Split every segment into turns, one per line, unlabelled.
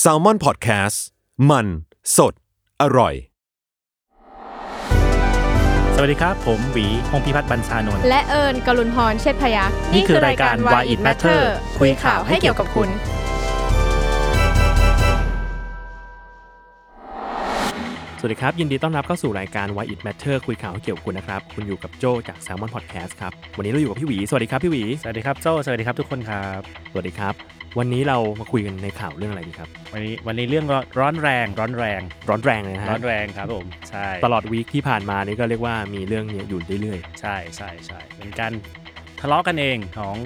แซลมอนพอดแคสต์มันสดอร่อย
สวัสดีครับ ผมหวีพงษ์พิพัฒน์บรรชานนท์
และเอิญกลุนพรเชษพยักษ์
นี่คือรายการ Why It Matter คุยข่าวให้เกี่ยวกับคุณ สวัสดีครับ ยินดีต้อนรับเข้าสู่รายการ Why It Matter คุยข่าวให้เกี่ยวกับคุณนะครับ คุณอยู่กับโจจาก Salmon Podcast ครับ วันนี้เราอยู่กับพี่หวี สวัสดีครับพี่หวี
สวัสดีครับโจสวัสดีครับทุกคนครับ
สวัสดีครับ วันนี้เรามาคุยกันในข่าวเรื่องอะไรดีครับ
วันนี้วันนี้เรื่องร้อนร้อนแรง ร้อนแรง
ร้อนแรงเลยนะฮะ
ร้อนแรงครับผม ใช่
ตลอดวีคที่ผ่านมานี่ก็เรียกว่ามีเรื่องเนี้ยอยู่เรื่อย
ใช่ใช่ใช่เป็นการทะเลาะกันเองของ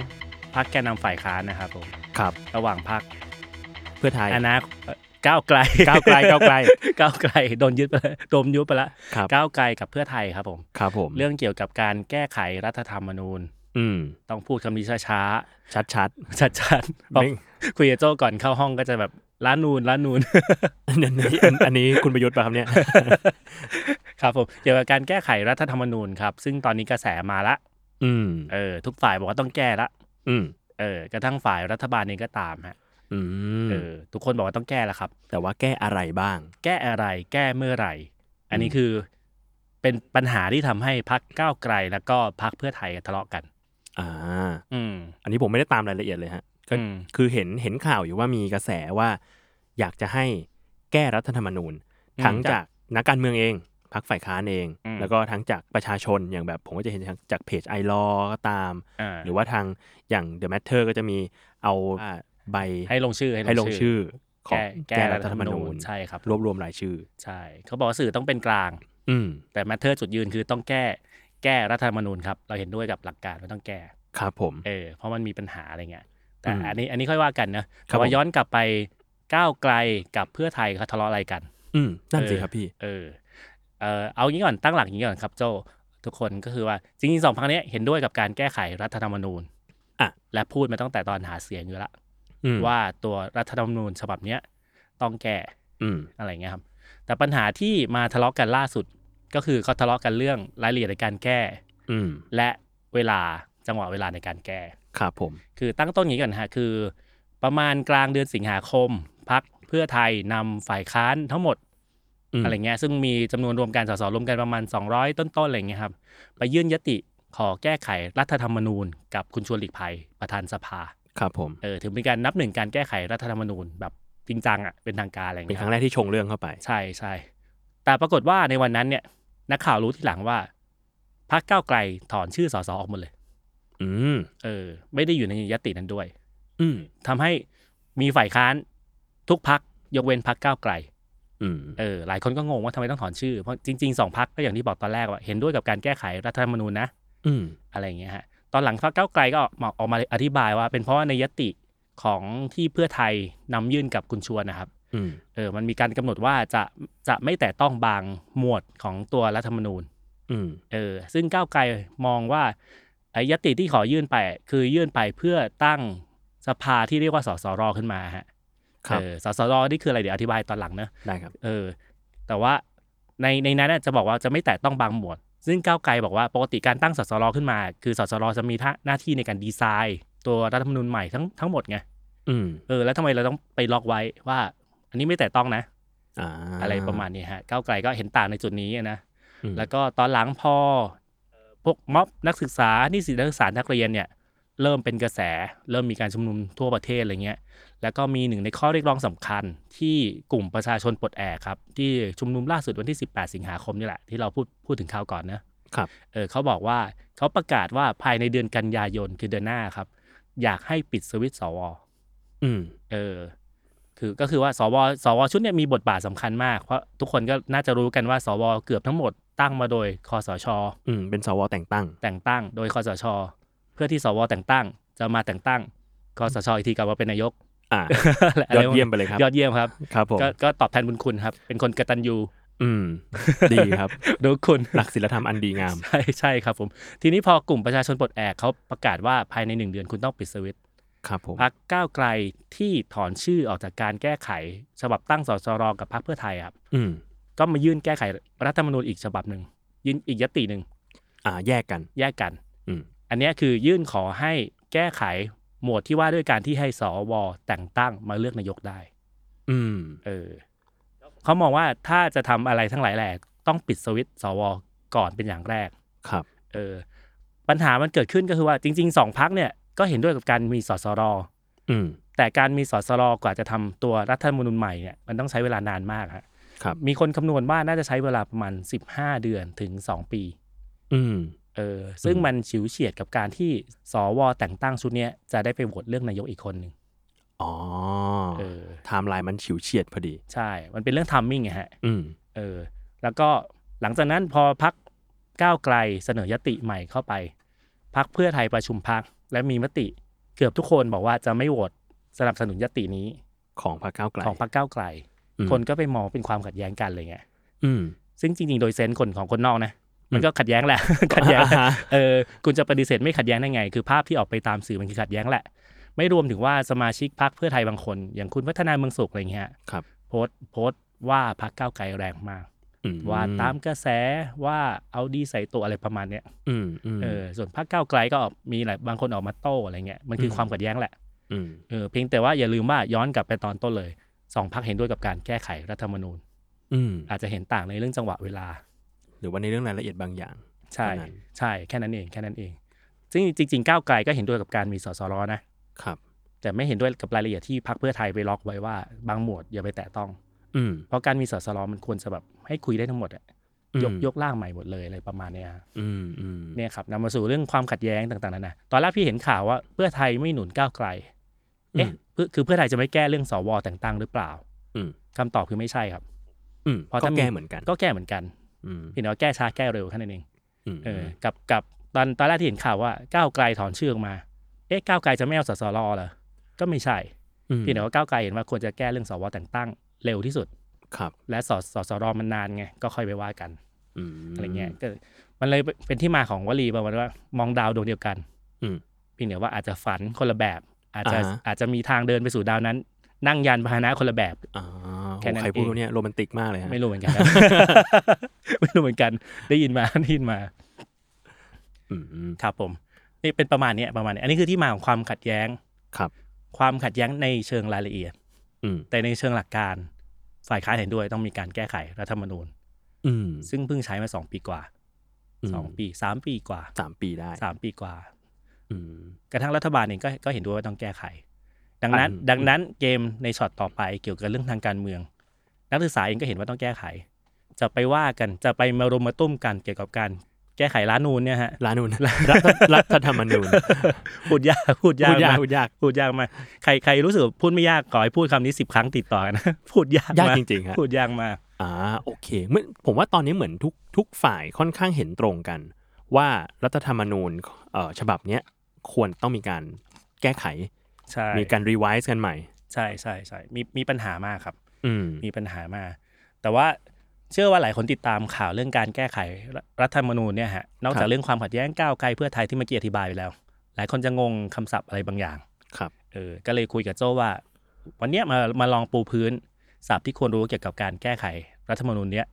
พรรคแกนนำฝ่ายค้านนะครับผม
ๆ ครับ
ระหว่างพรรค
เพื่อไทย
อนาคตก้าวไกล
ก้าวไกลก้าวไกล
ก้าวไกลโดนยึดไปแล้วโดนยุบไปแล้ว
ครับ
ก้าวไกลกับเพื่อไทยครับผม
ครับผม
เรื่องเกี่ยวกับการแก้ไขรัฐธรรมนูญ
อืม
ต้องพูดคำนี้ช้า
ชัด
ๆ ชัดๆ
ๆ
เพราะ
ไม่
คุยกับโจก่อนเข้าห้องก็จะแบบล้านนูนล้านนูน
อันนี้อันอันนี้คุณประยุทธ์ป่ะครับ เนี่ย
ครับผมเกี่ยวกับการแก้ไขรัฐธรรมนูญครับ ซึ่งตอนนี้กระแสมาละ
อืม
เออทุกฝ่ายบอกว่าต้องแก้ละ
อืม
เออกระทั่งฝ่ายรัฐบาลเองก็ตามฮะ
อืม
เออทุกคนบอกว่าต้องแก้ละครับ
แต่ว่าแก้อะไรบ้าง
แก้อะไรแก้เมื่อไหร่ อันนี้
อืม
คือเป็นปัญหาที่ทำให้พักก้าวไกลแล้วก็พักเพื่อไทยทะเลาะกัน
อ่า
อืม
อันนี้ผมไม่ได้ตามรายละเอียดเลยฮะ ก็
อืม
คือเห็นเห็นข่าวอยู่ว่ามีกระแสว่า อยากจะให้แก้รัฐธรรมนูญ ทั้งจากนักการเมืองเองพรรคฝ่ายค้านเอง
อืม
แล้วก็ทั้งจากประชาชนอย่างแบบผมก็จะเห็นจากเพจไอรอก็ตาม
อ่า
หรือว่าทางอย่าง The Matter ก็จะมีเอาใบ
ให้ลงชื่อ
ให้ลงชื่อของ
แก้แก้รัฐธรรมนูญใช่ครับ
รวบรวมรายชื่อ
ใช่เขาบอกว่าสื่อต้องเป็นกลาง
อืม
แต่แมทเทอร์จุดยืนคือต้องแก้แก้รัฐธรรมนูญครับเราเห็นด้วยกับหลักการว่าต้องแก้
ครับผม
เออเพราะมันมีปัญหาอะไรเงี้ยแต่
อืม
อันนี้อันนี้ค่อยว่ากันนะ
ครับ
แต่ว่า
ผม
ย้อนกลับไปก้าวไกลกับเพื่อไทยเขาทะเลาะอะไรกัน
อืมนั่น
เออ
สิครับพี่
เออเออเอางี้ก่อนตั้งหลักอย่างนี้ก่อนครับโจทุกคนก็คือว่าจริงๆสองพักเนี้ยเห็นด้วยกับการแก้ไขรัฐธรรมนูญ
อ่ะ
และพูดมาตั้งแต่ตอนหาเสียงอยู่ละ
อืม
ว่าตัวรัฐธรรมนูญฉบับเนี้ยต้องแก้
อืม
อะไรเงี้ยครับ แต่ปัญหาที่มาทะเลาะกันล่าสุด ก็คือเขาทะเลาะกันเรื่องรายละเอียดในการแก้
อืม
และเวลาจังหวะเวลาในการแก้
ครับผม
คือตั้งต้นอย่างนี้ก่อนฮะคือ ประมาณกลางเดือนสิงหาคมพักเพื่อไทยนำฝ่ายค้านทั้งหมด
อืม
อะไรเงี้ยซึ่งมีจำนวนรวมการสสรวมกันประมาณ 200 ต้นๆอะไรเงี้ยครับไปยื่นยติขอแก้ไขรัฐธรรมนูญ กับคุณชวนหลีกภัยประธานสภา
ครับผม
เออถือเป็นการนับหนึ่งการแก้ไขรัฐธรรมนูญ แบบจริงจังอ่ะเป็นทางการอะไร
เป็น
เงี้ย
ครั้งแรกที่ชงเรื่องเข้าไป
ใช่ใช่แต่ปรากฏว่าในวันนั้นเนี่ยนักข่าวรู้ทีหลังว่าพักก้าวไกลถอนชื่อสสออกหมดเลย
อืม
เออไม่ได้อยู่ในยตินั้นด้วย
อืม
ทำให้มีฝ่ายค้านทุกพักยกเว้นพักก้าวไกล
อืม
เออหลายคนก็งงว่าทำไมต้องถอนชื่อ เพราะจริงๆสองพักก็อย่างที่บอกตอนแรกว่าเห็นด้วยกับการแก้ไขรัฐธรรมนูญนะ
อืม
อะไรอย่างเงี้ยฮะตอนหลังพักก้าวไกลก็ออกมาออกมาอธิบายว่า เป็นเพราะว่าในยติของที่เพื่อไทยนำยื่นกับคุณชวนนะครับ
อืม
เออมันมีการกำหนดว่าจะจะไม่แต่ต้องบางหมวดของตัวรัฐธรรมนูญ
อืม
เออซึ่งก้าวไกลมองว่าไอ้ยติที่ขอยื่นไป คือยื่นไปเพื่อตั้งสภาที่เรียกว่าสสรขึ้นมาฮะ
ครับ
เออสสรนี่คืออะไรเดี๋ยวอธิบายตอนหลังเนอะ
ได้ครับ
เออ แต่ว่าในในนั้นน่ะจะบอกว่าจะไม่แตะต้องบางหมวด ซึ่งก้าวไกลบอกว่าปกติการตั้งสสรขึ้นมา คือสสรจะมีท่าหน้าที่ในการดีไซน์ ตัวรัฐธรรมนูญใหม่ทั้งทั้งหมดไง
อืม
เออแล้วทำไมเราต้องไปล็อกไว้ว่า อันนี้ไม่แตะต้องนะ
อ่า
อะไรประมาณนี้ฮะก้าวไกลก็เห็นต่างในจุดนี้นะ
อืม
แล้วก็ตอนหลังพอเอ่อพวกม็อบนักศึกษานิสิตนักศึกษานักเรียนเนี่ยเริ่มเป็นกระแส เริ่มมีการชุมนุมทั่วประเทศอะไรเงี้ยแล้วก็มีหนึ่งในข้อเรียกร้องสำคัญที่กลุ่มประชาชนปลดแอกครับ ที่ชุมนุมล่าสุดวันที่ 18 สิงหาคมนี่แหละที่เราพูดพูดถึงข่าวก่อนนะครับ เออเขาบอกว่าเขาประกาศว่าภายในเดือนกันยายนคือเดือนหน้าครับ อยากให้ปิดสวิตช์สว
อืม
เออ คือก็คือว่าสวสวชุดเนี่ยมีบทบาทสำคัญมาก เพราะทุกคนก็น่าจะรู้กันว่า สวเกือบทั้งหมดตั้งมาโดยคอสช
อืม เป็นสวแต่งตั้ง
แต่งตั้งโดยคอสช เพื่อที่สวแต่งตั้ง จะมาแต่งตั้งคอสชอีกทีกลับมาเป็นนายก
อ่า ย อดเยี่ยมไปเลยครับ
ยอดเยี่ยมครับ
ครับผม
ก็ก็ตอบแทนบุญคุณครับ เป็นคนกตัญญู
อืม ดี ครับ
ดูคุณ
หลักศีลธรรมอันดีงาม
ใช่ใช่ครับผม ทีนี้พอกลุ่มประชาชนปลดแอกเขาประกาศว่าภายในหนึ่งเดือนคุณต้องปิดสวิตช์
ครับผม
พักก้าวไกลที่ถอนชื่อออกจากการแก้ไข ฉบับตั้งสสรกับพักเพื่อไทยครับ
อืม
ก็มายื่นแก้ไขรัฐธรรมนูญอีกฉบับหนึ่งยื่นอีกยติหนึ่ง
อ่า แยกกัน
แยกกัน
อืม
อันเนี้ยคือยื่นขอให้แก้ไข หมวดที่ว่าด้วยการที่ให้สวแต่งตั้งมาเลือกนายกได้
อืม
เออเขามองว่าถ้าจะทำอะไรทั้งหลายแหละต้องปิดสวิตช์สวก่อนเป็นอย่างแรก
ครับ
เออ ปัญหามันเกิดขึ้นก็คือว่าจริงๆสองพักเนี่ยก็เห็นด้วยกับการมีสสร
อืม
แต่การมีสสรกว่าจะทำตัวรัฐธรรมนูญใหม่เนี่ยมันต้องใช้เวลานานมากฮะ
ครับ
มีคนคำนวณว่าน่าจะใช้เวลาประมาณ 15 เดือนถึง 2 ปี
อืม
เออ ซึ่ง
อืม
มันฉิวเฉียดกับการที่สวแต่งตั้งชุดเนี้ยจะได้ไปโหวตเลือกนายกอีกคนหนึ่ง
อ๋อ
เออ
ไทม์ไลน์มันฉิวเฉียดพอดี
ใช่ มันเป็นเรื่องทัมมิ่งไงฮะ
อืม
เออ แล้วก็หลังจากนั้นพอพักก้าวไกลเสนอยติใหม่เข้าไป พักเพื่อไทยประชุมพักและมีมติเกือบทุกคนบอกว่าจะไม่โหวตสนับสนุนยตินี้
ของพรรคก้าวไกล
ของพักก้าวไกล
อืม
คนก็ไปมองเป็นความขัดแย้งกันเลยไง
อืม
ซึ่งจริงๆ โดยเซนส์คนของคนนอกนะ
อืม
มันก็ขัดแย้งแหละ ขัดแย้ง
อ่าฮะ
เออ คุณจะปฏิเสธไม่ขัดแย้งได้ไง คือภาพที่ออกไปตามสื่อมันคือขัดแย้งแหละ ไม่รวมถึงว่าสมาชิกพรรคเพื่อไทยบางคน อย่างคุณพัฒนาเมืองสุขอะไรเงี้ย
ครับ
โพสต์โพสต์ว่าพรรคก้าวไกลแรงมาก
อืม
ว่าตามกระแสว่าเอาดีใส่ตัวอะไรประมาณเนี้ย
อืมอืม
เออ ส่วนพรรคก้าวไกลก็ออกมีหลายบางคนออกมาโต้อะไรเงี้ย มันคืออ
ม
ความขัดแย้งแหละ
อืม
เออ เพียงแต่ว่าอย่าลืมว่าย้อนกลับไปตอนต้นเลยสองพรรคเห็นด้วยกับการแก้ไขรัฐธรรมนูญ
อืม
อาจจะเห็นต่างในเรื่องจังหวะเวลา
หรือว่าในเรื่องรายละเอียดบางอย่าง
ใช่
แค่นั้น
ใช่แค่นั้นเองแค่นั้นเอง ซึ่งจริงๆก้าวไกลก็เห็นด้วยกับการมีสสรนะ
ครับ
แต่ไม่เห็นด้วยกับรายละเอียดที่พรรคเพื่อไทยไปล็อกไว้ว่าบางหมวดอย่าไปแตะต้อง
อืม
เพราะการมีสสรมันควรจะแบบให้คุยได้ทั้งหมดอะยกยกร่างใหม่หมดเลยอะไรประมาณเนี้ยฮะ
อืมอืม
เนี่ยครับนำมาสู่เรื่องความขัดแย้งต่างๆนานาตอนแรกพี่เห็นข่าวว่าเพื่อไทยไม่หนุนก้าวไกลเอ๊ะเพื่อคือเพื่อไทยจะไม่แก้เรื่องสวแต่งตั้งหรือเปล่า
อืม
คำตอบคือไม่ใช่ครับ
อืม
เพราะ
ก็
ถ้ามี
แก้เหมือนกัน
ก็แก้เหมือนกัน
อืม
เพียงแต่ว่าแก้ช้าแก้เร็วแค่นั้นเอง
อืม
เออกับกับตอนตอนแรกที่เห็นข่าวว่าก้าวไกลถอนชื่อออกมา เอ๊ะก้าวไกลจะไม่เอาสสรเหรอ ก็ไม่ใช่
ม
เพียงแต่ว่าก้าวไกลเห็นว่าควรจะแก้เรื่องสวแต่งตั้งเร็วที่สุด
ครับ
และสสสรมันนานไงก็ค่อยไปว่ากัน
อืม
อะไรเงี้ยก็มันเลยเป็นที่มาของวลีประมาณว่ามองดาวดวงเดียวกัน
อืม
เพียงแต่ว่าอาจจะฝันคนละแบบ อาจจะ
อ่าฮะ
อาจจะมีทางเดินไปสู่ดาวนั้น นั่งยานพาหนะคนละแบบ
อ่า
แค่
โอ้
นั้น
ใครพูด
เอง
เนี่ยโรแมนติกมากเลยฮะ
ไม่รู้เหมือน กันนะ ไม่รู้เหมือนกันได้ยินมา ได้ยินมา
อืม
ครับผมนี่เป็นประมาณเนี้ยประมาณเนี้ยอันนี้คือที่มาของความขัดแย้ง
ครับ
ความขัดแย้งในเชิงรายละเอียด
อืม
แต่ในเชิงหลักการ ฝ่ายค้านเห็นด้วยต้องมีการแก้ไขรัฐธรรมนูญ
อืม
ซึ่งเพิ่งใช้มาสองปีกว่าสองปีสามปีกว่า
สามปีได้
สามปีกว่า
อืม
กระทั่งรัฐบาลเองก็ก็เห็นด้วยว่าต้องแก้ไข ดังนั้น
อืม
ดังนั้นเกมในช็อตต่อไปเกี่ยวกับเรื่องทางการเมือง นักศึกษาเองก็เห็นว่าต้องแก้ไข จะไปว่ากันจะไปมารุมมาตุ้มกันเกี่ยวกับการแก้ไขร้านนูนเนี่ยฮะ
ร้านนูนรัฐรัฐธรรมนูญ
พูดยากพูดยาก
พูดยาก
มาก
พูดยาก
พูดยากมากใครใครรู้สึกว่าพูดไม่ยากขอให้พูดคำนี้สิบครั้งติดต่อกันนะ พูดยาก
ยาก
มาก
จริงๆฮะ
พูดยากมาก
อ่าโอเคเหมื่อนผมว่าตอนนี้เหมือนทุกทุกฝ่ายค่อนข้างเห็นตรงกัน ว่ารัฐธรรมนูญเอ่อฉบับเนี้ยควรต้องมีการแก้ไข
ใช่
มีการรีไวซ์กันใหม่
ใช่ใช่ใช่มีมีปัญหามากครับ
อืม
มีปัญหามาก แต่ว่าเชื่อว่าหลายคนติดตามข่าวเรื่องการแก้ไขรัฐรัฐธรรมนูญเนี่ยฮะนอก
ครั
จาก
บ
เรื่องความขัดแย้งก้าวไกลเพื่อไทยที่เมื่อกี้อธิบายไปแล้ว หลายคนจะงงคำศัพท์อะไรบางอย่าง
ครับ
เออก็เลยคุยกับโจ้ว่า วันเนี้ยมามาลองปูพื้นศัพท์ที่ควรรู้เกี่ยวกับการแก้ไขรัฐธรรมนูญเนี้ย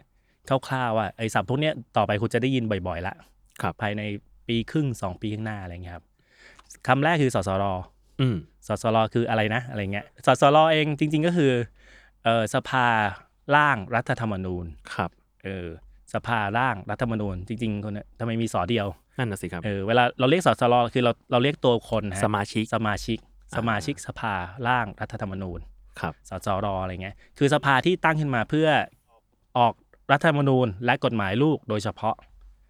คร่าวๆว่าไอ้ศัพท์พวกเนี้ยต่อไปคุณจะได้ยินบ่อยๆละ
ครับ
ภายในปีครึ่งสองปีข้างหน้าอะไรเงี้ยครับคำแรกคือสสร
อืม
สสรคืออะไรนะอะไรเงี้ยสสรเองจริง ๆ ก็คือเออสภาร่างรัฐธรรมนูญ
ครับ
เออสภาร่างรัฐธรรมนูญ จริงๆคนเนี่ยทำไมมีสอเดียว
นั่นน่ะสิครับ
เออเวลาเราเรียกสสรคือเราเราเรียกตัวคนนะฮะ
สมาชิก
สมาชิก
อ่า
สมาชิกสภาร่างรัฐธรรมนูญ
ครับ
สสรอะไรเงี้ยคือสภาที่ตั้งขึ้นมาเพื่อออกรัฐธรรมนูญและกฎหมายลูกโดยเฉพาะ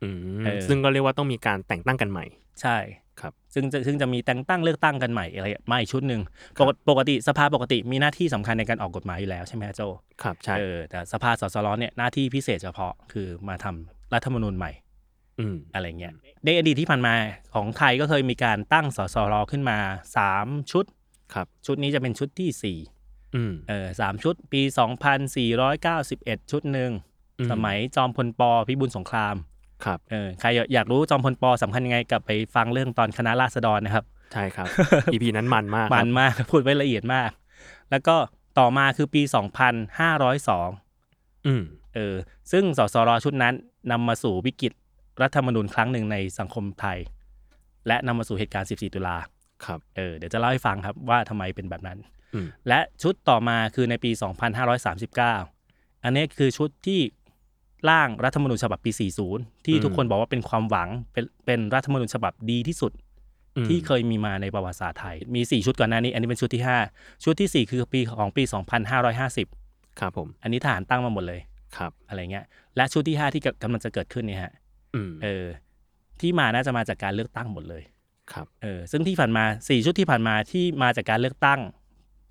อืม
เออ
ซึ่งก็เรียกว่าต้องมีการแต่งตั้งกันใหม่
ใช่
ครับ
ซึ่งจะซึ่งจะมีแต่งตั้งเลือกตั้งกันใหม่อะไรมาอีกชุดหนึ่งปกติปกติสภาปกติมีหน้าที่สำคัญในการออกกฎหมายอยู่แล้วใช่ไหมฮะโจ
ครับ ใช่
เออแต่สภาสสรเนี่ยหน้าที่พิเศษเฉพาะคือมาทำรัฐธรรมนูญใหม่
อืม
อะไรเงี้ยในอดีตที่ผ่านมาของไทยก็เคยมีการตั้งสสรขึ้นมา 3 ชุด
ครับ
ชุดนี้จะเป็นชุดที่สี่
อืม
เออสามชุด ปี 2491 ชุดหนึ่ง
อืม
สมัยจอมพลปพิบูลสงคราม
ครับ
เออใครอยากรู้จอมพลปสำคัญยังไงกลับไปฟังเรื่องตอนคณะราษฎรนะครับ
ใช่ครับ EP นั้นมันมากค
มั
รับ
นมาก พูดไว้ละเอียดมาก แล้วก็ต่อมาคือปี 2502
อืม
เออซึ่งสสรชุดนั้นนำมาสู่วิกฤตรัฐธรรมนูญครั้งหนึ่งในสังคมไทย และนำมาสู่เหตุการณ์ 14 ตุลา
ครับ
เออเดี๋ยวจะเล่าให้ฟังครับว่าทำไมเป็นแบบนั้น
อืม
และชุดต่อมาคือในปี 2539 อันนี้คือชุดที่ร่างรัฐธรรมนูญฉบับปี 40 ที่ทุกคนบอกว่าเป็นความหวังเป็นเป็นรัฐธรรมนูญฉบับดีที่สุด
อืม
ที่เคยมีมาในประวัติศาสตร์ไทย มี 4 ชุดก่อนหน้านี้ อันนี้เป็นชุดที่ 5 ชุดทีสี่ 4 คือปีของปี 2550
ครับผม
อันนี้ทหารตั้งมาหมดเลย
ครับ
อะไรเงี้ยและชุดที่ 5 ที่กำลังจะเกิดขึ้นเนี่ยฮะ
อืม
เออที่มาน่าจะมาจากการเลือกตั้งหมดเลย
ครับ
เออซึ่งที่ผ่านมาสี่ชุดที่ผ่านมาที่มาจากการเลือกตั้ง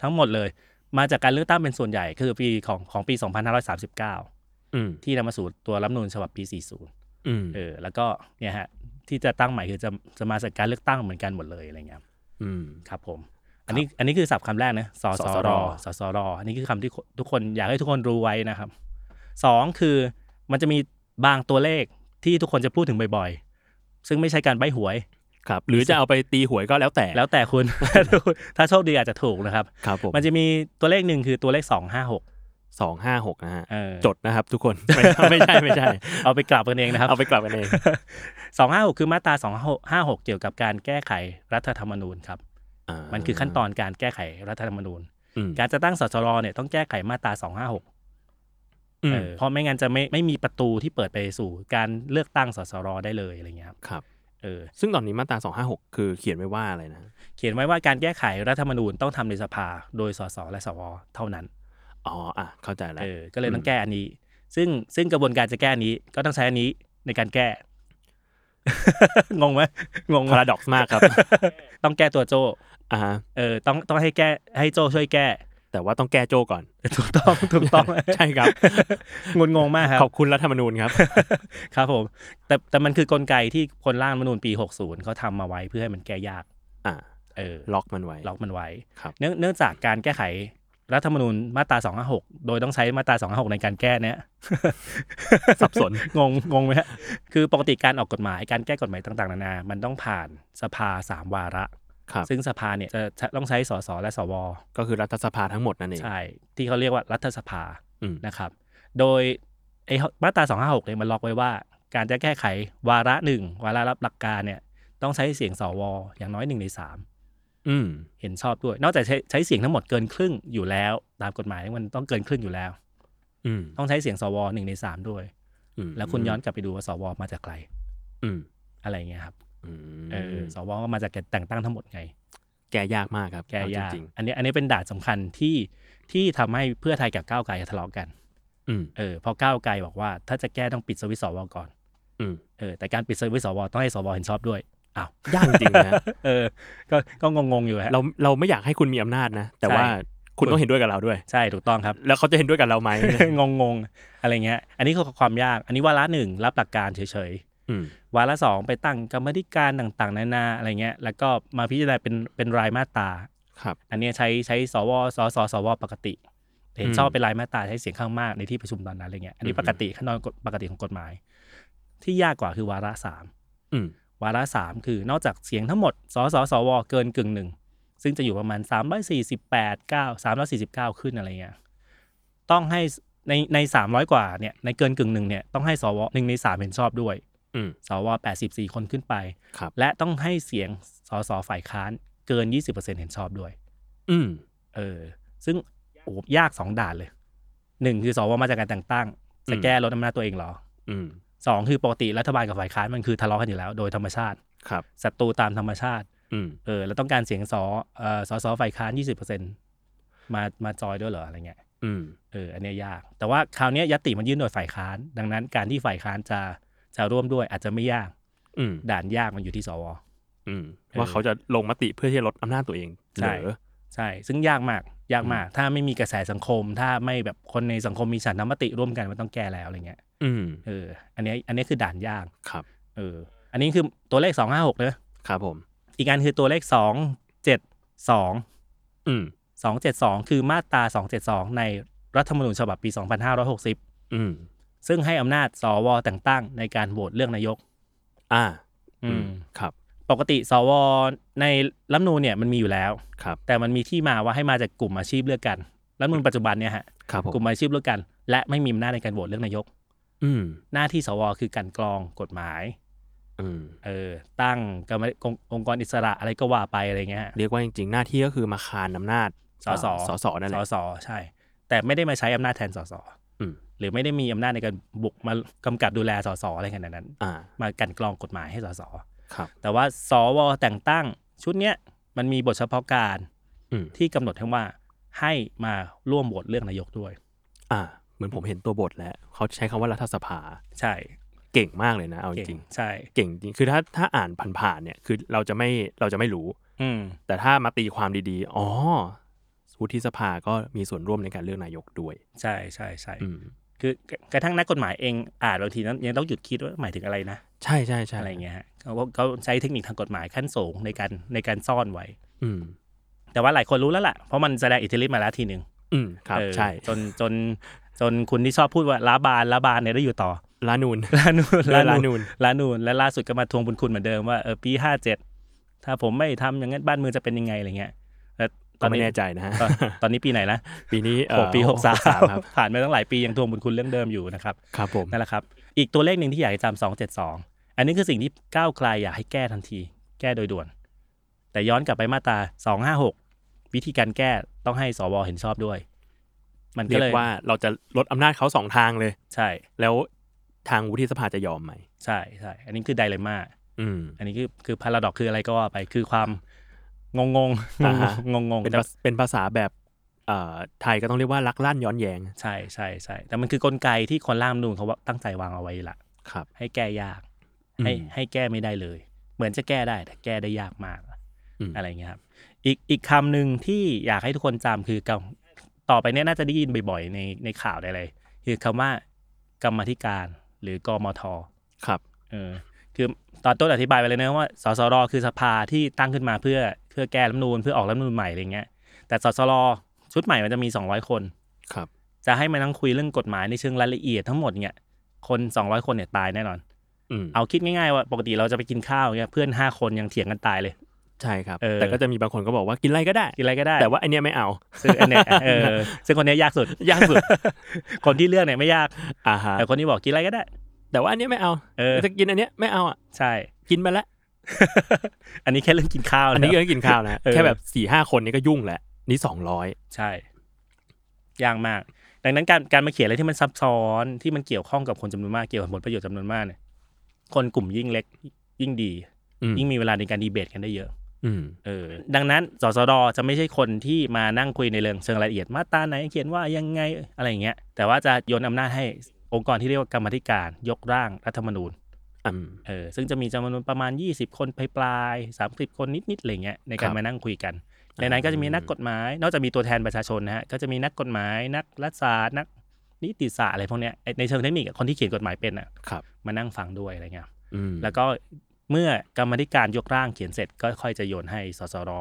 ทั้งหมดเลย มาจากการเลือกตั้งเป็นส่วนใหญ่คือปีของของปี 2539
อืม
ที่นำมาสู่ตัวรัฐธรรมนูญฉบับปี 40
อืม
เออแล้วก็เนี่ยฮะที่จะตั้งใหม่คือจะจะมาจากการเลือกตั้งเหมือนกันหมดเลยอะไรเงี้ย
อืม
ครับผม อันนี้อันนี้คือศัพท์คำแรกนะสส
สส
ร
ร
สสรอันนี้คือคำที่ทุกคนอยากให้ทุกคนรู้ไว้นะครับสองคือมันจะมีบางตัวเลขที่ทุกคนจะพูดถึงบ่อยๆ ซึ่งไม่ใช่การใบหวย
ครับ หรือจะเอาไปตีหวยก็แล้วแต่
แล้วแต่คุณ ถ้าโชคดีอาจจะถูกนะครับ
ครับผม
มันจะมีตัวเลขหนึ่งคือตัวเลข
ส
256
องห้าหกนะฮะ
เออ
จดนะครับ ทุกคน ไม่ใช่ไม่ใช่ไม่ใช่
เอาไปกลับกันเองนะครับ
เอาไปกลับกันเอง
256 คือมาตรา256 เกี่ยวกับการแก้ไขรัฐธรรมนูญครับ
า
มันคือขั้นตอนการแก้ไขรัฐธรรมนูญ
อืม
การจะตั้งสสรเนี่ยต้องแก้ไขมาตรา 256
อืม
เออเพราะไม่งั้นจะไม่ไม่มีประตูที่เปิดไปสู่การเลือกตั้งสสรได้เลยอะไรเงี้ยครับ
ครับ
เออ
ซึ่งตอนนี้มาตราสองห้าหกคือเขียนไว้ว่าอะไรนะ
เขียนไว้ว่าการแก้ไขรัฐธรรมนูญต้องทำในสภาโดยสสและสวเท่านั้น
อ๋ออ่ะเข้าใจแล้ว
เออ ก็เลยต้
อื
อง
ม
แก้อันนี้ ซึ่งซึ่งกระบวนการจะแก้อันนี้ ก็ต้องใช้อันนี้ในการแก้ งงไหมงงไหม
พาราดอกมากครับ
ต้องแก้ตัวโจ
อ่าฮะ
เออ ต้องต้องให้แก้ให้โจช่วยแก้
แต่ว่าต้องแก้โจก่อน
ถูกต้อง ถูกต้อง
ใช่ครับ
งงงงมากครั
ขอ
บบ
คุณรัฐธรรมนูญครับ
ครับผม แต่แต่มันคือกลไกที่คนร่างรัฐธรรมนูญปี 60เขาทำมาไว้เพื่อให้มันแก้ยาก
อ่า
เออ
ล็อกมันไว้
ล็อกมันไว้
ครับ
เนื่องเนื่องจากการแก้ไขรัฐธรรมนูญมาตรา 256 โดยต้องใช้มาตรา 256 ในการแก้เนี้ย
สับสน
งงงงไหมฮะ คือปกติการออกกฎหมายการแก้กฎหมายต่างๆนานา มันต้องผ่านสภาสามวาระ
ครับ
ซึ่งสภาเนี่ยจะจะต้องใช้สสและสว
ก็คือรัฐสภาทั้งหมดนั่นเอง
ใช่ ที่เขาเรียกว่ารัฐสภา
อืม
นะครับ โดยไอ้มาตรา256เนี่ยมันล็อกไว้ว่า การจะแก้ไขวาระหนึ่งวาระรับหลักการเนี่ยต้องใช้เสียงสวอย่างน้อยหนึ่งในสาม
อืม
เห็นชอบด้วย นอกจากใช้ใช้เสียงทั้งหมดเกินครึ่งอยู่แล้ว ตามกฎหมายมันต้องเกินครึ่งอยู่แล้ว
อืม
ต้องใช้เสียงสวหนึ่งในสามด้วย
อืม
แล้วคุณย้อนกลับไปดูว่าสวมาจากใคร
อืม
อะไรอย่างเงี้ยครับ
อืม
เออสวก็มาจากการแต่งตั้งทั้งหมดไง
แก้ยากมากครับ
แก้ยาก
เอจริง
อันนี้อันนี้เป็นด่านสำคัญที่ที่ทำให้เพื่อไทยกับก้าวไกลทะเลาะกัน
ๆอืม
เออเพราะก้าวไกลบอกว่าถ้าจะแก้ต้องปิดสวิตช์สวก่อน
อืม
เออแต่การปิดสวิตช์สวต้องให้สวเห็นชอบด้วยอ้าวย
ากจริงนะ
เออก็ก็งงๆอยู่ฮะ
เราเราไม่อยากให้คุณมีอำนาจนะ แต่
ใช่
ว่าคุณต้องเห็นด้วยกับเราด้วย
ใช่ถูกต้องครับ
แล้วเขาจะเห็นด้วยกับเราไหม
งงงๆอะไรเงี้ย อันนี้คือความยาก อันนี้วาระหนึ่งรับหลักการเฉย
อืม
ๆวาระสองไปตั้งกรรมธิการต่างๆนานาอะไรเงี้ยแล้วก็มาพิจารณาเป็นเป็นรายมาตรา
ครับ
อันเนี้ยใช้ใช้สวสสสว ปกติ เห็น
อืม
ชอบเป็นรายมาตราใช้เสียงข้างมากในที่ประชุมตอนนั้นอะไรเงี้ย อันนี้
อืม
ปกติขั้นตอนกฎปกติของกฎหมาย ที่ยากกว่าคือวาระสาม
อืม
วาระสามคือนอกจากเสียงทั้งหมดสสสว เกินกึ่งหนึ่ง ซึ่งจะอยู่ประมาณ 348 9 349 ขึ้นอะไรเงี้ยต้องให้ในใน 300 กว่าเนี่ยในเกินกึ่งหนึ่งเนี่ยต้องให้สวหนึ่งในสามเห็นชอบด้วย
อืม
สว 84 คนขึ้นไป
ครับ
และต้องให้เสียงสสฝ่ายค้านเกิน 20%เห็นชอบด้วย
อืม
เออซึ่งโอ้โหยากสองด่านเลยหนึ่งคือสวมาจากการแต่งตั้งจะแก้ลดอำนาจตัวเองเหรอ
อืม
สองคือปกติรัฐบาลกับฝ่ายค้านมันคือทะเลาะกันอยู่แล้ว โดยธรรมชาติ
ครับ
ศัตรูตามธรรมชาติ
อืม
เออแล้วต้องการเสียงสอเอ่อสอสอฝ่ายค้านยี่สิบเปอร์เซ็นมามาจอยด้วยเหรออะไรเงี้ย
อืม
เอออันเนี้ยยาก แต่ว่าคราวเนี้ยยตติมันยื่นโดยฝ่ายค้าน ดังนั้นการที่ฝ่ายค้านจะจะร่วมด้วยอาจจะไม่ยาก
อืม
ด่านยากมันอยู่ที่สว
อืม
เออ
ว่าเขาจะลงมติเพื่อที่จะลดอำนาจตัวเอง
ใช่
เหรอ
ใช่ ซึ่งยากมาก ยากมาก ถ้าไม่มีกระแสสังคม ถ้าไม่แบบคนในสังคมมีฉันทามติร่วมกันมันต้องแก้แล้วอะไรเงี้ย
อืม
เออ อันเนี้ยอันเนี้ยคือด่านยาก
ครับ
เออ อันนี้คือตัวเลขสองห้าหกนะครับ
ผม
อีกอันคือตัวเลขสองเจ็ดสอง
อืม
สองเจ็ดสองคือมาตราสองเจ็ดสองในรัฐธรรมนูญฉบับปีสองพันห้าร้อยหกสิบ
อืม
ซึ่งให้อำนาจสวแต่งตั้งในการโหวตเลือกนายก
อ่า
อืม
ครับ
ปกติสวในรัฐธรรมนูญเนี่ยมันมีอยู่แล้ว
ครับ
แต่มันมีที่มาว่าให้มาจากกลุ่มอาชีพเลือกกันรัฐธรรมนูญปัจจุบันเนี่ยฮะ
ครับผ
กลุ่
ม
มอาชีพร่วมกัน และไม่มีอำนาจในการโหวตเลือกนายก
อืม
หน้าที่สวคือการกรองกฎหมาย
อืม
เออตั้งกรรมององค์กรอิสระอะไรก็ว่าไปอะไรเงี้ย
เรียกว่าจริงๆ หน้าที่ก็คือมาคานอำนาจ
สอสอ
สสนั่นแห
ส
ละ
อสอใช่ แต่ไม่ได้มาใช้อำนาจแทนสอสออ
ม
หรือไม่ได้มีอำนาจในการบุกมากำกับดูแลสอสออะไรขนาดนั้น
อ่า
มากันกรองกฎหมายให้สอสอ
ครับ
แต่ว่าสวแต่งตั้งชุดเนี้ยมันมีบทเฉพาะการ
อืม
ที่กำหนดให้ว่าให้มาร่วมโหวตเลือกนายกด้วย
อ่า เหมือนผมเห็นตัวบทแล้ว เขาใช้คำว่ารัฐสภา
ใช่
เก่งมากเลยนะ เอาจ
เก่
ริ
ง
ง
ใช่
ๆเก่งจริงคือถ้าถ้าอ่านผ่านๆเนี่ยคือเราจะไม่เราจะไม่รู้
อืม
แต่ถ้ามาตีความดีๆ อ๋อวุฒิสภาก็มีส่วนร่วมในการเลือกนายกด้วย
ใช่ใช่ใช่
อืม
คือกระทั่งนักกฎหมายเองอ่านบางทีนั้นยังต้องหยุดคิดว่าหมายถึงอะไรนะ
ใช่ใช่ใช่
อะไรเงี้ยฮะเขาก็เขาใช้เทคนิคทางกฎหมายขั้นสูงในการในการซ่อนไว้
อืม
แต่ว่าหลายคนรู้แล้วล่ะ เพราะมันแสดงอิทธิฤทธิ์มาแล้วทีหนึ่ง
อืม ครับ
เออ
ใช่
จนจนจนคุณที่ชอบพูดว่าลาบานลาบานเนี่ยได้อยู่ต่อ
ลานูน
ลานูน
ด้วยลานูน
ลานูนและล่าสุดก็มาทวงบุญคุณเหมือนเดิมว่าเออปีห้าเจ็ดถ้าผมไม่ทำอย่างนั้นบ้านเมืองจะเป็นยังไงอะไรเงี้ยแล้วต
ก็
อน
ไม่
นี้
แน่ใจ นะฮะ
ตอนตอนนี้ปีไหนละ
ปีนี้เอ่
ห
อก
ปีหกสาม
ครับ
ผ่านมาตั้งหลายปียังทวงบุญคุณเรื่องเดิมอยู่นะครับ
ครับผม
นั่นแหละครับ อีกตัวเลขหนึ่งที่อยากจะจำสองเจ็ดสอง อันนี้คือสิ่งที่ก้าวไกลอยากให้แก้ทันที แก้โดยด่วน แต่ย้อนกลับไปมาตราสองห้าหกวิธีการแก้ต้องให้สวเห็นชอบด้วย มัน
เรี
ก็
ย
เลย
กว่าเราจะลดอำนาจเขาสองทางเลย
ใช่
แล้วทางวุฒิสภาจะยอมไหม
ใช่ใช่ อันนี้คือไดเลม่า
อืม
อันนี้คือคือพาราดอกคืออะไรก็ว่าไปคือความงงงง
อ่าง ฮะ
งงง
เป็น
แต่
ภาษเป็นภาษาแบบเอ่อไทยก็ต้องเรียกว่าลักลั่นย้อนแยง
ใช่ใช่ใช่แต่มันคือกลไกที่คนร่างรัฐธรรมนูนเขาว่าตั้งใจวางเอาไว้ละ
ครับ
ให้แก้ยาก ให้
อืม
ให้แก้ไม่ได้เลย เหมือนจะแก้ได้แต่แก้ได้ยากมาก
อืม
อะไรเงี้ยครับอีกอีกคำหนึ่งที่อยากให้ทุกคนจำคือกำต่อไปเนี้ยน่าจะได้ยินบ่อยๆ ในในข่าวได้เลย คือคำว่ากรรมาธิการหรือกมท
ครับ
เออคือตอนต้นอธิบายไปเลยนะว่าสสรคือสภาที่ตั้งขึ้นมาเพื่อเพื่อแก้รัฐธรรมนูญเพื่อออกรัฐธรรมนูญใหม่อะไรเงี้ยแต่สสรชุดใหม่มันจะมี 200 คน
ครับ
จะให้มานั่งคุยเรื่องกฎหมายในเชิงรายละเอียดทั้งหมดเนี่ยคน 200 คนเนี่ยตายแน่นอน
อืม
เอาคิดง่ายๆว่าปกติเราจะไปกินข้าวเนี่ยเพื่อน 5 คนยังเถียงกันตายเลย
ใช่ครับ
เออ
แต่ก็จะมีบางคนก็บอกว่ากินอะไรก็ได้
กินอะไรก็ได้
แต่ว่าไอนเนี้ยไม่เอา
ซึ่งอันเนี่ยเอ อซึ่งคนเนี้ยยากสุด
ยากสุด
คนที่เลือกเนี่ยไม่ยาก
อ่าฮะ
แต่คนที่บอกกินอะไรก็ได้
แต่ว่าอันเนี้ยไม่เอา
เออ
จะกินอันเนี้ยไม่เอาอ่ะ
ใช่
กินไปแล้ว
อันนี้แค่เรื่องกินข้าว
อันนี้
แล้ว
ก็กินข้าวนะ
เออ
แค่แบบสี่ห้าคนนี้ก็ยุ่งแล้วนี่สองร้อย
ใช่ ยากมาก ดังนั้นการการมาเขียนอะไรที่มันซับซ้อนที่มันเกี่ยวข้องกับคนจำนวนมากเกี่ยวกับผลประโยชน์จำนวนมากเนี่ยคนกลุ่มยิ่งเล็กยิ่งดี
ิ
ยิ่งมีเวลาในการดีเบตกันได้เยอะ
อืม
เออดังนั้นสสดจะไม่ใช่คนที่มานั่งคุยในเรื่องเชิงรายละเอียดมาตราไหนเขียนว่ายังไงอะไรอย่างเงี้ยแต่ว่าจะโยนอำนาจให้องค์กรที่เรียกว่ากรรมาธิการยกร่างรัฐธรรมนูญ
อืม
เออซึ่งจะมีจำนวนประมาณ 20 คนปลายๆสามสิบคนนิดๆอะไรเงี้ยในกา
ค
ร
รับ
มานั่งคุยกัน ในนั้นก็จะมีนักกฎหมาย นอกจากมีตัวแทนประชาชนนะฮะ ก็จะมีนักกฎหมาย นักรัฐศาสตร์ นักนิติศาสตร์อะไรพวกเนี้ยไอ้ในเชิงเทคนิคอะคนที่เขียนกฎหมายเป็นอ่ะ
ครับ
มานั่งฟังด้วยอะไรเงี้ย
อืม
แล้วก็เมื่อกรรมาธิการยกร่างเขียนเสร็จก็ค่อยจะโยนให้สสร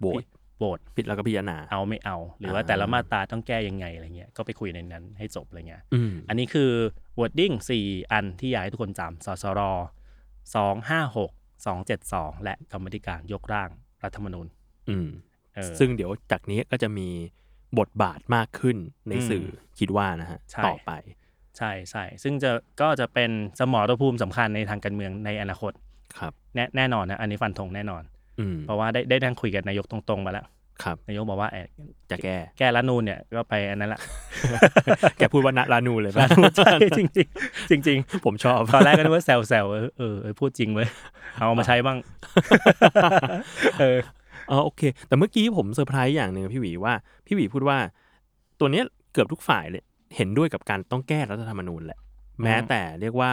โบส
โหวต
ผิดแล้วก็พิจารณา
เอาไม่เอา หรือว่า
อ่า
แต่ละมาตราต้องแก้ยังไงอะไรเงี้ย ก็ไปคุยในนั้นให้จบอะไรเงี้ย
อืม
อันนี้คือ wording 4 อันที่อยากให้ทุกคนจำสสรสองห้าหกสองเจ็ดสองและกรรมาธิการยกร่างรัฐธรรมนูญ
อืม
เออ
ซึ่งเดี๋ยวจากนี้ก็จะมีบทบาทมากขึ้นในสื่ออคิดว่านะฮะ
ใช่
ต่อไป
ใช่ใช่ซึ่งจะก็จะเป็นสมรภูมิสำคัญในทางการเมืองในอนาคต
ครับ
แน่แน่นอนนะอันนี้ฟันธงแน่นอน
อืม
เพราะว่าได้ได้นั่งคุยกับนายกตรงๆมาแล้ว
ครับ
นายกบอกว่าเอ่อ
จะ แก้
แก้รัฐธรรมนูนเนี่ยก็ไปอัน นั้นละ
แกพูดว่านะลานูเลยปะ
รัฐธรรมนูญใช่ จริงจริงๆจริง
ผมชอบ
ๆตอนแรกก็นึกว่าแซวแซวๆเออเออเออพูดจริงเว้ยเอามาใช้บ้าง เออ
อ๋อโอเค แต่เมื่อกี้ผมเซอร์ไพรส์อย่างหนึ่งพี่หวีว่า พี่หวีพูดว่า ตัวเนี้ยเกือบทุกฝ่ายเลยเห็นด้วยกับการต้องแก้รัฐธรรมนูญแหละ แม้แต่เรียกว่า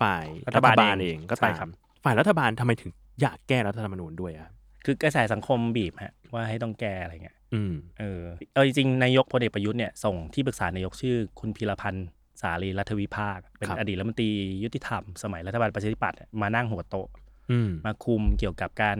ฝ่าย
รัฐบาลเอง
เองก็
ใช่
ตา
ครั
ม
บ
ฝ่ายรัฐบาลทำไมถึงอยากแก้รัฐธรรมนูญด้วยอ่ะ
คือกระแสสังคมบีบฮะว่าให้ต้องแก้อะไรเงี้ย
อืม
เออเออจริงๆนายกพลเอกประยุทธ์เนี่ยส่งที่ปรึกษานายกชื่อ คุณพีรพันธ์สารีรัฐวิภาค เป็น
ครับ
อดีตรัฐมนตรียุติธรรมสมัยรัฐบาลประชาธิปัตย์มานั่งหัวโต๊ะ
อืม
มาคุมเกี่ยวกับการ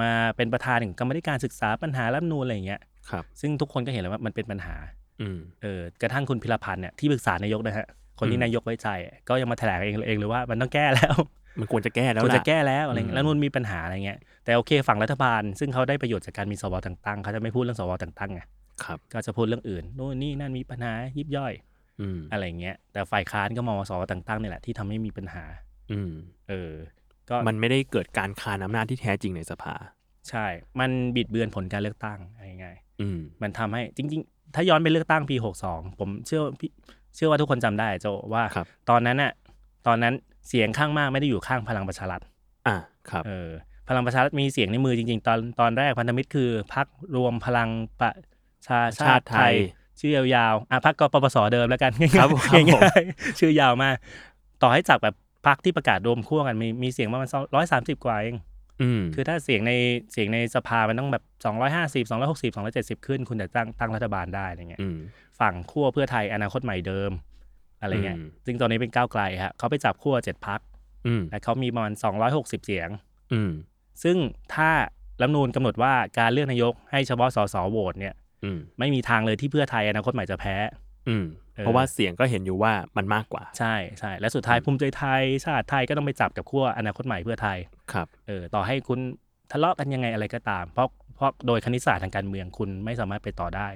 มาเป็นประธานของกรรมาธิการศึกษาปัญหารัฐธรรมนูนอะไรอย่างเงี้ย
ครับ
ซึ่งทุกคนก็เห็นแล้วว่ามันเป็นปัญหา
อืม
เออกระทั่งคุณพิรพันธ์เนี่ยที่ปรึกษานายกนะฮะคน
อื
ที่
ม
นายกไว้ใจอ่ะก็ยังมาแถลงเองเองเลยว่ามันต้องแก้แล้ว
มันควรจะแก้แล้ว
ควร
ล่ะ
จะแก้แล้วอะไรเงี้
อืม
ยรัฐธรรมนูนมีปัญหาอะไรเงี้ยแต่โอเคฝั่งรัฐบาล ซึ่งเขาได้ประโยชน์จากการมีสวต่างตั้งเขาจะไม่พูดเรื่องสวต่างตั้งไง
ครับ
ก็จะพูดเรื่องอื่นโน่นนี่นั่นมีปัญหายิบย่อย
อืม
อะไรเงี้ยแต่ฝ่ายค้านก็มองว่าสวต่างตั้งเนี่ยแหละที่ทำให้มีปัญหา
อืม
เออ ก็
มันไม่ได้เกิดการคานอำนาจที่แท้จริงในสภา
ใช่ มันบิดเบือนผลการเลือกตั้งเอาง่าย
อืม
ๆมันทำให้จริง ๆ ถ้าย้อนไปเลือกตั้งปี 62 ผมเชื่อว่าพี่เชื่อว่าทุกคนจำได้โจว่า
ครับ
ตอนนั้นน่ะตอนนั้นเสียงข้างมากไม่ได้อยู่ข้างพลังประชารัฐ
อ่ะครับ
เออพลังประชารัฐมีเสียงในมือจริง ๆ ตอนตอนแรกพันธมิตรคือพักรวมพลังประชาชา
ชาติ
ติไทย
ไทย
ชื่อยาวๆอ่ะพักกปปสเดิมแล้วกัน
ครับผมครับผม
ง่ายๆชื่อยาวมาก ต่อให้จับแบบพักที่ประกาศรวมขั้วกันมีมีเสียงประมาณร้อยสามสิบกว่าเอง
อืม
คือถ้าเสียงในเสียงในสภามันต้องแบบสองร้อยห้าสิบสองร้อยหกสิบสองร้อยเจ็ดสิบขึ้น คุณจะตั้งตั้งรัฐบาลได้อะไรเงี้ย
อืม
ฝั่งขั้วเพื่อไทยอนาคตใหม่เดิมอะไรเงี้ย
อืม
ซึ่งตอนนี้เป็นก้าวไกลฮะเขาไปจับขั้วเจ็ดพัก
อืม
และเขามีประมาณสองร้อยหกสิบเสียง
อืม
ซึ่งถ้ารัฐธรรมนูญกำหนดว่าการเลือกนายกให้เฉพาะสสโหวตเนี่ย
อืม
ไม่มีทางเลยที่เพื่อไทยอนาคตใหม่จะแพ้
อืม
เออ
เพราะว่าเสียงก็เห็นอยู่ว่ามันมากกว่า
ใช่ใช่และสุดท้ายภูมิใจไทย ชาติไทยก็ต้องไปจับกับขั้วอนาคตใหม่เพื่อไทย
ครับ
เออต่อให้คุณทะเลาะกันยังไงอะไรก็ตาม เพราะเพราะโดยคณิตศาสตร์ทางการเมืองคุณไม่สามารถไปต่อได้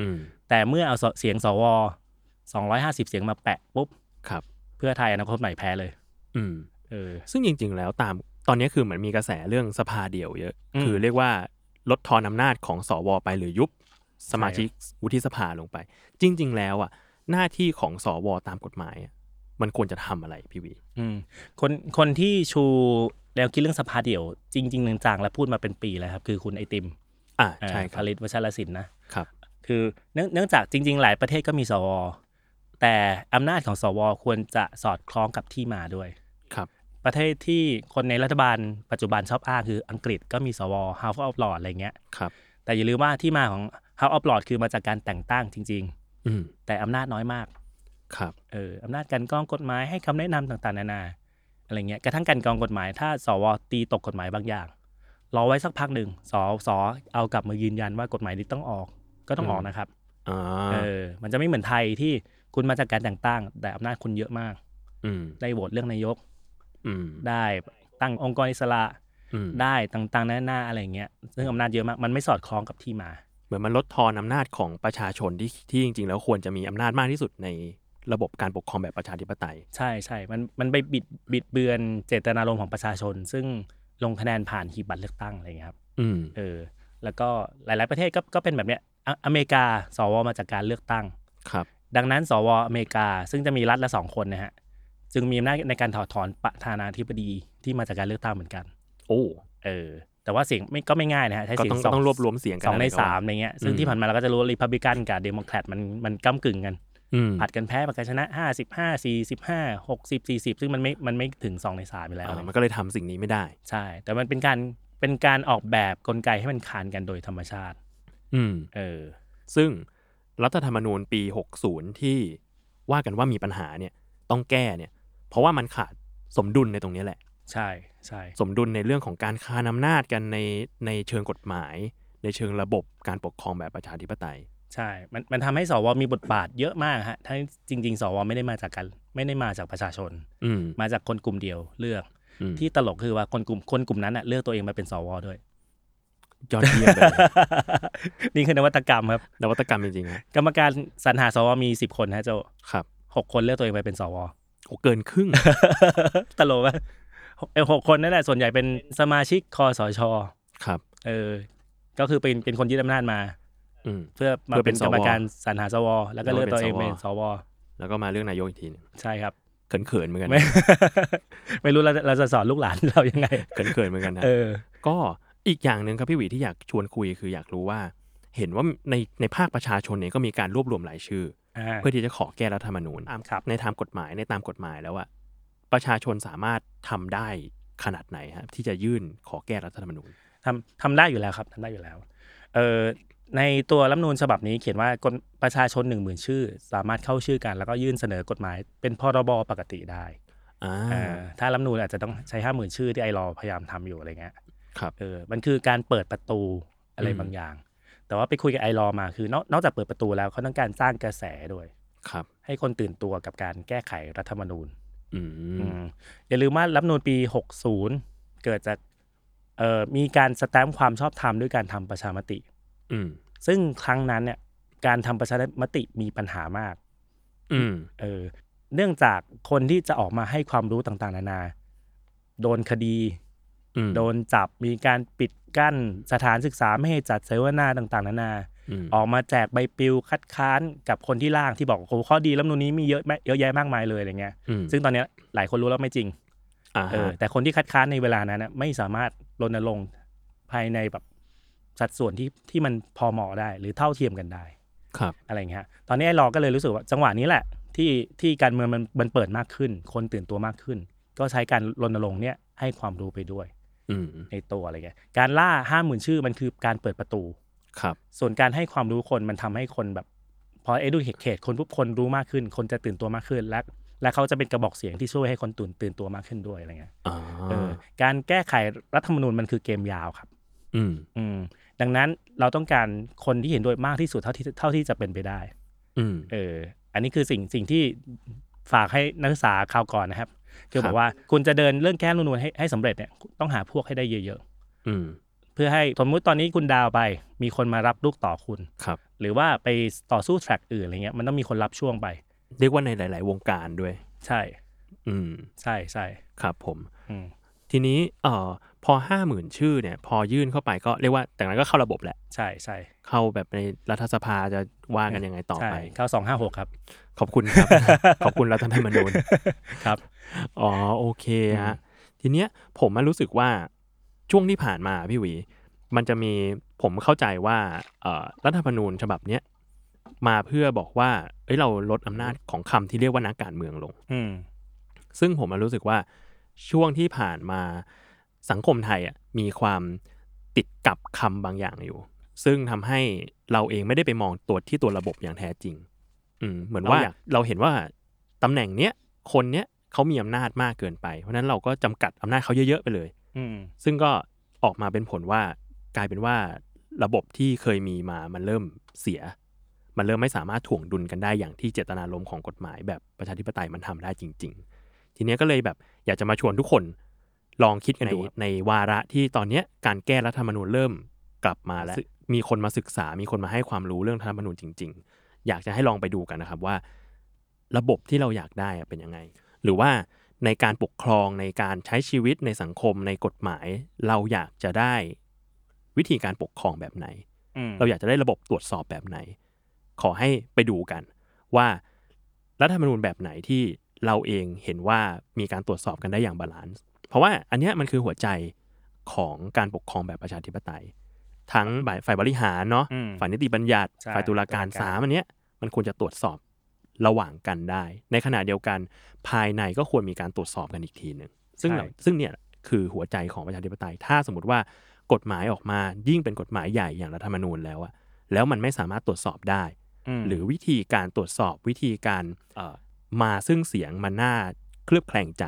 อืม
แต่เมื่อเอาสเสียงสว250 เสียงมาแปะปุ๊บ
ครับ
เพื่อไทยอนาคตใหม่แพ้เลย
อืม
เออ
ซึ่งจริง ๆ แล้วตามตอนนี้คือเหมือนมีกระแสเรื่องสภาเดี่ยวเยอะ
อืม
คือเรียกว่าลดทอนอำนาจของสวไปหรือยุบสมาชิกวุฒิสภาลงไป จริง ๆ แล้วอ่ะหน้าที่ของสวตามกฎหมายอะมันควรจะทำอะไรพี่วี
ืมคนคนที่ชูแนวคิดเรื่องสภาเดี่ยว จริง ๆจังๆและพูดมาเป็นปีแล้วครับคือคุณไอติม
อ่า
เอ่อ
ใช่ค
ผ
รับ
ลิตวัชรศิลป์นะครับ คือเนื่องเนื่องจากจริง ๆ หลายประเทศก็มีสว แต่อำนาจของสว ควรจะสอดคล้องกับที่มาด้วย
ครับ
ประเทศที่คนในรัฐบาลปัจจุบันชอบอ้างคืออังกฤษก็มีสว House of Lords อะไรเงี้ย
ครับ
แต่อย่าลืมว่าที่มาของ House of Lords คือมาจากการแต่งตั้งจริง
อืม
ๆ แต่อำนาจน้อยมาก
ครับ
เอออำนาจการกรองกฎหมายให้คำแนะนำต่างๆนานาอะไรเงี้ยกระทั่งการกรองกฎหมาย ถ้าสว ตีตกกฎหมายบางอย่างรอไว้สักพักหนึ่งสสเอากลับมายืนยันว่ากฎหมายนี้ต้องออกก็ต้องออกนะครับ
อ่า
เออ มันจะไม่เหมือนไทยที่คุณมาจากการแต่งตั้ง แต่อำนาจคุณเยอะมาก
อืม
ได้โหวตเรื่องนายก
อืม
ได้ตั้งองค์กรอิสระ
อืม
ได้ต่างๆหน้าหน้าๆอะไรอย่างเงี้ย ซึ่งอำนาจเยอะมาก มันไม่สอดคล้องกับที่มา
เหมือนมันลดทอนอำนาจของประชาชนที่ที่จริง ๆ แล้วควรจะมีอำนาจมากที่สุดในระบบการปกครองแบบประชาธิปไตย
ใช่ใช่ มันมันไปบิดบิดเบือนเจตนารมณ์ของประชาชน ซึ่งลงคะแนนผ่านหีบบัตรเลือกตั้งอะไรอย่างเงี้ยครับ
อืม
เออ แล้วก็หลาย ๆ ประเทศก็ก็เป็นแบบเนี้ยออเมริกา สว มาจากการเลือกตั้ง
ครับ
ดังนั้น สว อเมริกา ซึ่งจะมีรัฐละสองคนนะฮะ จึงมีอำนาจในการถอดถอนประธานาธิบดีที่มาจากการเลือกตั้งเหมือนกัน
โอ้
เออ แต่ว่าเสียงไม่ก็ไม่ง่ายนะฮะ ใช้
ก็
เสีย
ต้อง ง
ส
ก็ต้องรวบรวมเสียงกัน
สองใน
อะไรก็ว่
สามอะไรเงี้ย ซึ่ง
อืม
ที่ผ่านมาเราก็จะรู้ริพับลิกันกับเดโมแครตมันมันก้ากึ่งกัน
อืม
ผัดกันแพ้ผัดกันชนะห้าสิบห้าสี่สิบห้าหกสิบสี่สิบซึ่งมันไม่ มันไม่ถึงสองในสามไปแล้ว
อ่า
อะไร
มัน
เงี้ย
ก็เลยทำสิ่งนี้ไม่ได้
ใช่ แต่มันเป็นการ เป็นการออกแบบกลไกให้มันคานกันโดยธรรมชาติ
อืม
เออ
ซึ่งรัฐธรรมนูญปี 60 ที่ว่ากันว่ามีปัญหาเนี่ยต้องแก้เนี่ย เพราะว่ามันขาดสมดุลในตรงนี้แหละ
ใช่ใช่
สมดุลในเรื่องของการคานอำนาจกันในในเชิงกฎหมาย ในเชิงระบบการปกครองแบบประชาธิปไตย
ใช่ มันมันทำให้สวมีบทบาทเยอะมากฮะทั้งจริง ๆ สวไม่ได้มาจากกัน ไม่ได้มาจากประชาชน
อืม
มาจากคนกลุ่มเดียวเลือก
อืม
ที่ตลกคือว่าคนกลุ่มคนกลุ่มนั้นน่ะเลือกตัวเองมาเป็นสวด้วย
ยอดเยี่ยมเลยนะ
นี่คือนวัตกรรมครับ
นวัตกรรมจริงๆนะ
กรรมการสรรหาสวมีสิบคนฮะเจ้า
ครับ
หกคนเลือกตัวเองไปเป็นสว
โอ้เกินครึ่ง
ตลกว่ะเออหกคนนั่นแหละส่วนใหญ่เป็นสมาชิกคอสช
ครับ
เออ ก็คือเป็นเป็นคนยึดอำนาจมา
อืม
เพื่อมา
เพื่อเป็
เป็น
น
กรร
ส
ม
ว
การสรรหาสว แล้วก็เลือกตัวเองเป็น
เป็นส
สว
ว แล้วก็มาเรื่องนายกอีกทีหนึง
ใช่ครับ
เขินๆเหมือนกัน
ไม่ ไม่รู้เราเราจะสอนลูกหลาน เรายังไง
เขินๆเหมือนกันนะ
เออ
ก็อีกอย่างหนึ่งครับพี่หวีที่อยากชวนคุยคืออยากรู้ว่า เห็นว่าในในภาคประชาชนเนี่ยก็มีการรวบรวมรายชื่อ
อ่า
เพื่อที่จะขอแก้รัฐธรรมนูญ
ตามครับ
ในทางกฎหมายในตามกฎหมายแล้วอะประชาชนสามารถทำได้ขนาดไหนครับที่จะยื่นขอแก้รัฐธรรมนูญ
ทำทำได้อยู่แล้วครับทำได้อยู่แล้ว เออในตัวรัฐธรรมนูญฉบับนี้เขียนว่ากฎประชาชนหนึ่งหมื่นชื่อ สามารถเข้าชื่อกัน แล้วก็ยื่นเสนอกฎหมายเป็นพรบปกติได้
อ่า
เออถ้ารัฐธรรมนูญอาจจะต้องใช้ห้าหมื่นชื่อที่ไอรอพยายามทำอยู่อะไรเงี้ย
ครับ
เออมันคือการเปิดประตูอะไร
อืม
บางอย่าง แต่ว่าไปคุยกับไอรอมาคือนอกนอกจากเปิดประตูแล้วเขาต้องการสร้างกระแสด้วย
ครับ
ให้คนตื่นตัวกับการแก้ไขรัฐธรรมนูญ
อืม
อืมอย่าลืมว่ารัฐธรรมนูญปี 60 เกิดจากเอ่อมีการสแตมป์ความชอบธรรมด้วยการทำประชามติ
อืม
ซึ่งครั้งนั้นเนี่ยการทำประชามติมีปัญหามาก
อืม
เออเนื่องจากคนที่จะออกมาให้ความรู้ต่างๆ นานา โดนคดี
อืม
โดนจับมีการปิดกั้นสถานศึกษาไม่ให้จัดเสวนาต่างๆ นานา
อืม
ออกมาแจกใบปลิวคัดค้านกับคนที่ร่างที่บอกโอ้โหข้อดีรัฐธรรมนูญนี้มีเยอะแมเยอะแยะมากมายเลยอะไรเงี้ย
อืม
ซึ่งตอนเนี้ยหลายคนรู้แล้วไม่จริง
อ่า
เอ
ฮะ
อแต่คนที่คัดค้านในเวลานั้นนะไม่สามารถรณรงค์ภายในแบบสัดส่วนที่ที่มันพอเหมาะได้ หรือเท่าเทียมกันได้
ครับ
อะไรอย่างเงี้ย ตอนนี้ไอ้รอก็เลยรู้สึกว่าจังหวะนี้แหละ ที่ที่การเมืองมันมันเปิดมากขึ้น คนตื่นตัวมากขึ้น ก็ใช้การรณรงค์เนี่ยให้ความรู้ไปด้วย
อืม
ในตัวอะไรเงี้ยการล่าห้าหมื่นชื่อมันคือการเปิดประตู
ครับ
ส่วนการให้ความรู้คนมันทำให้คนแบบ พอ educate เขตคนปุ๊บคนรู้มากขึ้น คนจะตื่นตัวมากขึ้น และและเขาจะเป็นกระบอกเสียงที่ช่วยให้คนตื่นตื่นตัวมากขึ้นด้วยอะไรเงี้ย
อ่า
เออการแก้ไขรัฐธรรมนูญมันคือเกมยาวครับ
อืม
อืมดังนั้นเราต้องการคนที่เห็นด้วยมากที่สุดเท่าที่เท่าที่จะเป็นไปได้
อืม
เออ อันนี้คือสิ่งสิ่งที่ฝากให้นักศึกษาคราวก่อนนะครับ คือ
ครับ
อบ กว่าคุณจะเดินเรื่องแก้รัฐธรรมนูญให้ให้สำเร็จเนี่ยต้องหาพวกให้ได้เยอะ
อืม
ๆ เพื่อให้สมมุติตอนนี้คุณดาวไป มีคนมารับลูกต่อคุณ
ครับ
หรือว่าไปต่อสู้แทร็กอื่นอะไรเงี้ยมันต้องมีคนรับช่วงไป
เรียกว่าในหลาย ๆ วงการด้วย
ใช่
อืม
ใช่ใช่
ครับผม
อืม
ทีนี้เอ่อพอห้าหมื่นชื่อเนี่ย พอยื่นเข้าไปก็เรียกว่าแต่นั้นก็เข้าระบบแหละ
ใช่ใช่
เข้าแบบในรัฐสภาจะว่ากันยังไงต่อ
ใช่
ไป
เข้าสองห้าหกครับ
ขอบคุณครับ ขอบคุณรัฐธรรมนูญ
ครับ
อ๋อโอเคฮะทีเนี้ยผมมารู้สึกว่าช่วงที่ผ่านมาพี่หวี มันจะมีผมเข้าใจว่าเอ่อรัฐธรรมนูญฉบับเนี้ยมาเพื่อบอกว่าเอ้ยเราลดอำนาจของคำที่เรียกว่านักการเมืองลง
อืม
ซึ่งผมมารู้สึกว่าช่วงที่ผ่านมาสังคมไทยอ่ะมีความติดกับคำบางอย่างอยู่ ซึ่งทำให้เราเองไม่ได้ไปมองตัวที่ตัวระบบอย่างแท้จริง อืมเหมือนว่าเราเห็นว่าตำแหน่งเนี้ยคนเนี้ยเขามีอำนาจมากเกินไป เพราะฉะนั้นเราก็จำกัดอำนาจเขาเยอะๆไปเลย
อืม
ซึ่งก็ออกมาเป็นผลว่ากลายเป็นว่าระบบที่เคยมีมามันเริ่มเสีย มันเริ่มไม่สามารถถ่วงดุลกันได้อย่างที่เจตนารมณ์ของกฎหมาย แบบประชาธิปไตยมันทำได้จริง ๆ ทีเนี้ยก็เลยแบบอยากจะมาชวนทุกคนลองคิดกันดู
ใน
ในวาระที่ตอนเนี้ยการแก้รัฐธรรมนูญเริ่มกลับมาแล้ว มีคนมาศึกษา มีคนมาให้ความรู้เรื่องรัฐธรรมนูญจริง ๆ อยากจะให้ลองไปดูกันนะครับว่า ระบบที่เราอยากได้อะเป็นยังไง หรือว่าในการปกครองในการใช้ชีวิตในสังคมในกฎหมาย เราอยากจะได้วิธีการปกครองแบบไหน
อืม
เราอยากจะได้ระบบตรวจสอบแบบไหน ขอให้ไปดูกัน ว่ารัฐธรรมนูญแบบไหนที่เราเองเห็นว่ามีการตรวจสอบกันได้อย่างบาลานซ์เพราะว่าอันเนี้ยมันคือหัวใจของการปกครองแบบประชาธิปไตย ทั้งฝ่ายฝ่ายบริหารเนาะ
อืม
ฝ่ายนิติบัญญัติ
ใช่
ฝ่ายตุลาการ
ตุลาการ
ศาลอันเนี้ยมันควรจะตรวจสอบระหว่างกันได้ ในขณะเดียวกันภายในก็ควรมีการตรวจสอบกันอีกทีหนึ่งซึ่งเหล่าซึ่งเนี่ยคือหัวใจของประชาธิปไตย ถ้าสมมติว่ากฎหมายออกมายิ่งเป็นกฎหมายใหญ่อย่างรัฐธรรมนูญแล้วอะแล้วมันไม่สามารถตรวจสอบได้
ม
หรือวิธีการตรวจสอบวิธีการเอ่อมาซึ่งเสียงมันน่าเคลือบแคลงใจ